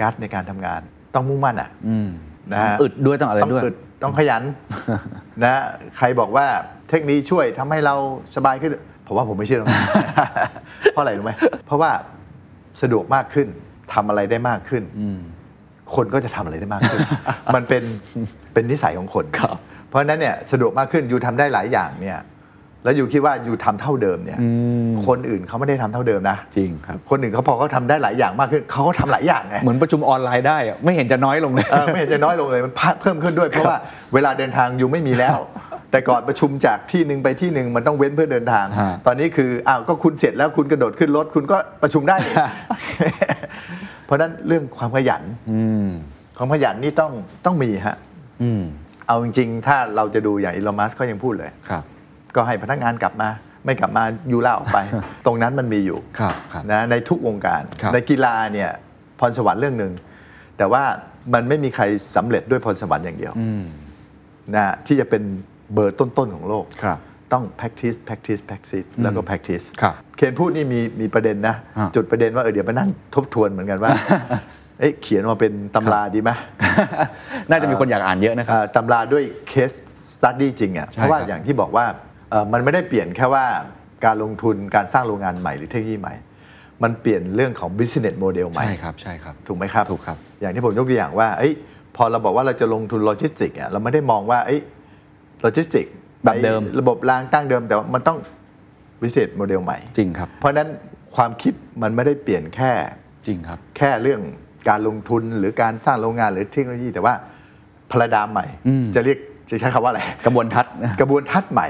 Speaker 1: กัดในการทำงาน ต้องมุ่งมั่นอ่ะนะฮะ
Speaker 3: อึดด้วยต้องอะไร
Speaker 1: ต้อง
Speaker 3: ด้วย
Speaker 1: อึดต้องขยั (laughs) น นะใครบอกว่าเทคนิคช่วยทำให้เราสบายขึ้น ผมว่าผมไม่เชื่อตรงนั้น (laughs) เพราะอะไรรู้ไหมเพราะว่าสะดวกมากขึ้นทำอะไรได้มากขึ้น คนก็จะทำอะไรได้มากขึ้น (laughs) มันเป็นเป็นนิสัยของคน เพราะฉะนั้นเนี่ยสะดวกมากขึ้นอยู่ทำได้หลายอย่างเนี่ยแล้วอยู่คิดว่าอยู่ทำเท่าเดิมเนี่ยคนอื่นเขาไม่ได้ทำเท่าเดิมนะ
Speaker 3: จริงครับ
Speaker 1: คนอื่นเขาพอเขาทำได้หลายอย่างมากขึ้นเขาก็ทำหลายอย่างไง
Speaker 3: เหมือนประชุมออนไลน์ได้อะไม่เห็นจะน้อยลงเลย
Speaker 1: เออไม่เห็นจะน้อยลงเลย มันเพิ่มขึ้นด้วย เพราะว่าเวลาเดินทางอยู่ไม่มีแล้ว แต่ก่อนประชุมจากที่หนึ่งไปที่หนึ่งมันต้องเว้นเพื่อเดินทาง
Speaker 3: ฮะ
Speaker 1: ตอนนี้คืออ้าวก็คุณเสร็จแล้วคุณกระโดดขึ้นรถคุณก็ประชุมได้
Speaker 3: (laughs)
Speaker 1: นี่ เพราะฉะนั้นเรื่องความขยันความขยันนี่ต้องต้องมีฮะ
Speaker 3: อืม
Speaker 1: เอาจริงๆ ถ้าเราจะดูอย่างอีลอมัสก็ยังพูดเลย
Speaker 3: ครับ
Speaker 1: ก็ให้พนักงานกลับมา ไม่กลับมาอยู่ล่าอ
Speaker 3: (laughs)
Speaker 1: อกไป ตรงนั้นมันมีอยู่
Speaker 3: ครับครับ
Speaker 1: นะในทุกวงการ
Speaker 3: ครับ
Speaker 1: ในกีฬาเนี่ยพรสวรรค์เรื่องหนึ่งแต่ว่ามันไม่มีใครสำเร็จด้วยพรสวรรค์อย่างเดียว
Speaker 3: อืม
Speaker 1: นะที่จะเป็นเบอร์ต้น ๆ ของโลก
Speaker 3: ครับ
Speaker 1: ต้อง practice practice practice แล้วก็ practice
Speaker 3: ครับ
Speaker 1: เคนพูดนี่มีมีประเด็นนะ
Speaker 3: ฮะ
Speaker 1: จุดประเด็นว่าเออเดี๋ยวมานั่งทบทวนเหมือนกัน
Speaker 3: (laughs)
Speaker 1: ว่า เอ๊ะเขียนมาเป็นตำราดีไหม
Speaker 3: น่าจะมีคนอยากอ่านเยอะนะครับ
Speaker 1: เอ่อตำราด้วยเคสสตั u ดี้จริงอ่ะ
Speaker 3: ใช่
Speaker 1: เพราะว่า
Speaker 3: ครับ
Speaker 1: อย่างที่บอกว่าเอ่อมันไม่ได้เปลี่ยนแค่ว่าการลงทุนการสร้างโรงงานใหม่หรือเทคโนโลยีใหม่ มันเปลี่ยนเรื่องของ business model ใหม่
Speaker 3: ใช่ครับใช่ครับ
Speaker 1: ถูกไหมครับ
Speaker 3: ถูกครับ
Speaker 1: อย่างที่ผมยกตัวอย่างว่าเอ้ยพอเราบอกว่าเราจะลงทุนโลจิสติกอ่ะเราไม่ได้มองว่าเอ้ยโลจิสติก
Speaker 3: แบบเดิม
Speaker 1: ระบบรางตั้งเดิมแต่ว่ามันต้อง business model ใหม่
Speaker 3: จริงครับ
Speaker 1: เพราะฉะนั้นความคิดมันไม่ได้เปลี่ยนแค่
Speaker 3: จริงครับ
Speaker 1: แค่เรื่องการลงทุนหรือการสร้างโรงงานหรือเทคโนโลยี แต่ว่าพระดามใหม่
Speaker 3: อืม
Speaker 1: จะเรียกจะใช้คำว่าอะไร
Speaker 3: กระบวนทัศน์
Speaker 1: กระบวนทัศน์ใหม่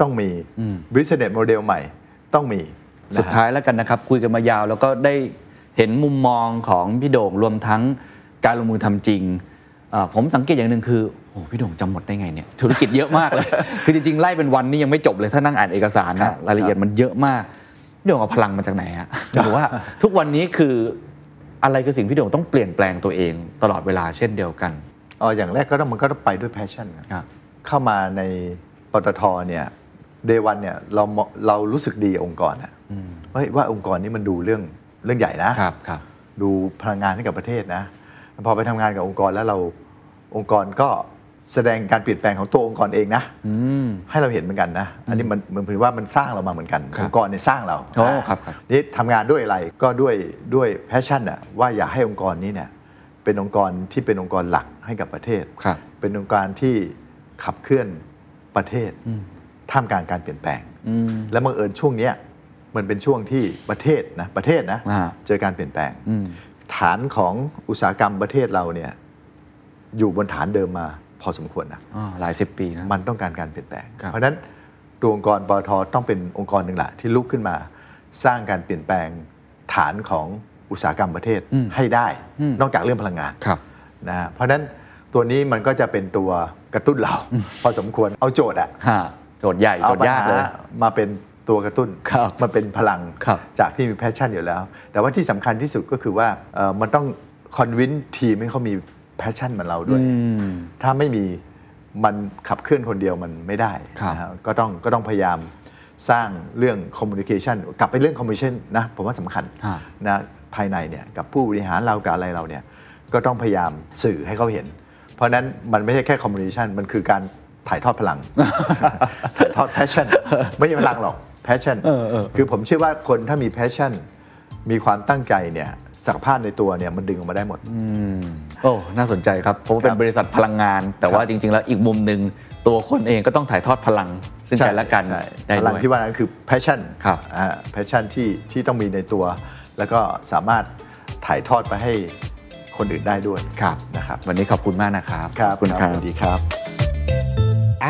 Speaker 1: ต้องมี
Speaker 3: อืม
Speaker 1: business model ใหม่ต้องมีนะฮะ
Speaker 3: (laughs) สุดท้ายแล้วกันนะครับ คุยกันมายาวแล้วก็ได้เห็นมุมมองของพี่โด่งรวมทั้งการลงมือทำจริงเอ่อผมสังเกตอย่างหนึ่งคือโอ้โหพี่โด่งจำหมดได้ไงเนี่ยธุรกิจเยอะมากเลย (laughs) คือจริงๆ ไล่เป็นวันนี่ยังไม่จบเลยถ้านั่งอ่านเอกสาร
Speaker 1: ครั
Speaker 3: นะ
Speaker 1: บ
Speaker 3: รายละเอียดมันเยอะมากพี่โด่งเอาพลังมาจากไหน (laughs) ฮะ หรือว่าทุกวันนี้คืออะไรคือสิ่งที่พี่โด่งต้องเปลี่ยนแปลงตัวเองตลอดเวลาเช่นเดียวกัน
Speaker 1: อ๋ออย่างแรกก็ต้องมันก็ต้องไปด้วย passion นะครับ เข้ามาในปตทเนี่ยเดวันเนี่ยเรามองเรารู้สึกดีกับองค์กรอะเฮ้ยว่าองค์กรนี้มันดูเรื่องเรื่องใหญ่นะ
Speaker 3: ครับครับ
Speaker 1: ดูพลังงานให้กับประเทศนะ พอไปทำงานกับองค์กรแล้วเราองค์กรก็แสดงการเปลี่ยนแปลงของตัวองค์กรเองนะให้เราเห็นเหมือนกันนะ อันนี้มันเหมือนว่ามันสร้างเรามาเหมือนกัน
Speaker 3: ครับ
Speaker 1: องค์กรเนี่ยสร้างเรา
Speaker 3: โอ้ครับครับ
Speaker 1: นี่ทำงานด้วยอะไรก็ด้วยด้วยแพชชั่นอะว่าอยากให้องค์กรนี้เนี่ยเป็นองค์กรที่เป็นองค์กรหลักให้กับประเทศ
Speaker 3: ครับ
Speaker 1: เป็นองค์การที่ขับเคลื่อนประเทศท่ามกลางการเปลี่ยนแปลง และบังเอิญช่วงเนี้ยมันเป็นช่วงที่ประเทศนะประเทศนะ
Speaker 3: อ่า
Speaker 1: เจอการเปลี่ยนแปลง
Speaker 3: อืม
Speaker 1: ฐานของอุตสาหกรรมประเทศเราเนี่ยอยู่บนฐานเดิมมาพอสมควรนะ
Speaker 3: อ่าหลายสิบปีนะ
Speaker 1: มันต้องการการเปลี่ยนแปลง
Speaker 3: ครับ
Speaker 1: เพราะฉะนั้นตัวองค์กรปตทต้องเป็นองค์กรหนึ่งละที่ลุกขึ้นมาสร้างการเปลี่ยนแปลงฐานของอุตสาหกรรมประเทศให้ได้ นอกจากเรื่องพลังงาน
Speaker 3: ครับ
Speaker 1: นะฮะเพราะฉะนั้นตัวนี้มันก็จะเป็นตัวกระตุ้นเรา พอสมควรเอาโจทย์อะ
Speaker 3: ฮะ (laughs) โจทย์ใหญ่
Speaker 1: เอา
Speaker 3: โจท
Speaker 1: ปัญ
Speaker 3: ย์ยาก
Speaker 1: หา
Speaker 3: เลย
Speaker 1: มาเป็นตัวกระตุ้น
Speaker 3: ครับ
Speaker 1: มันเป็นพลัง
Speaker 3: ครับ
Speaker 1: จากที่มีแพชชั่นอยู่แล้ว แต่ว่าที่สำคัญที่สุดก็คือว่าเอ่อมันต้องคอนวินทีมให้เขามีแพชชั่นเหมือนเราด้วย
Speaker 3: อืม
Speaker 1: ถ้าไม่มีมันขับเคลื่อนคนเดียวมันไม่ได้
Speaker 3: ครับ
Speaker 1: นะฮะก็ต้องก็ต้องพยายามสร้างเรื่องคอมมูนิเคชันกลับไปเรื่องคอมมูนิเคชันนะผมว่าสำคัญ
Speaker 3: ฮะ
Speaker 1: นะภายในเนี่ยกับผู้บริหารเรากับอะไรเราเนี่ยก็ต้องพยายามสื่อให้เขาเห็น เพราะฉะนั้นมันไม่ใช่แค่คอมมูนิชันมันคือการถ่ายทอดพลั
Speaker 3: (laughs)
Speaker 1: ง ถ่ายทอดแพชชั่นไม่ใช่พลังหรอกแพชชั่น
Speaker 3: เออเออ
Speaker 1: คือผมเชื่อว่าคนถ้ามีแพชชั่น มีความตั้งใจเนี่ยศักยภาพในตัวเนี่ยมันดึงออกมาได้หมด
Speaker 3: โอ้ น่าสนใจครับ เพราะว่า
Speaker 1: ครับ
Speaker 3: เป็นบริษัทพลังงาน แต่ว่าจริง ๆ แล้วอีกมุมหนึ่งตัวคนเองก็ต้องถ่ายทอดพลัง ซึ่งกันและกัน
Speaker 1: ใช่
Speaker 3: ได้
Speaker 1: พลัง
Speaker 3: ด้วย
Speaker 1: ที่ว่านั้นคือ passion
Speaker 3: ครับ
Speaker 1: อ่า passion ที่ที่ต้องมีในตัว แล้วก็สามารถถ่ายทอดไปให้คนอื่นได้ด้วย
Speaker 3: ครับ
Speaker 1: นะครับ
Speaker 3: วันนี้ขอบคุณมากนะครับ
Speaker 1: ครับ
Speaker 3: ขอคุณครับ
Speaker 1: สวัสดีครับ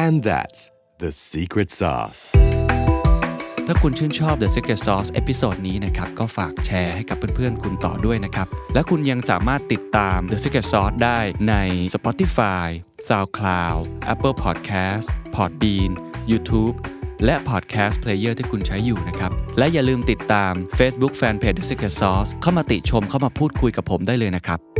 Speaker 4: And that's the secret sauce.
Speaker 6: ถ้าคุณชื่นชอบ The Secret Sauce เอพิโซดนี้นะครับ ก็ฝากแชร์ให้กับเพื่อนๆ คุณต่อด้วยนะครับ และคุณยังสามารถติดตาม The Secret Sauce ได้ใน Spotify, SoundCloud, Apple Podcast, Podbean, YouTube และ Podcast Player ที่คุณใช้อยู่นะครับ และอย่าลืมติดตาม Facebook Fanpage The Secret Sauce เข้ามาติชมเข้ามาพูดคุยกับผมได้เลยนะครับ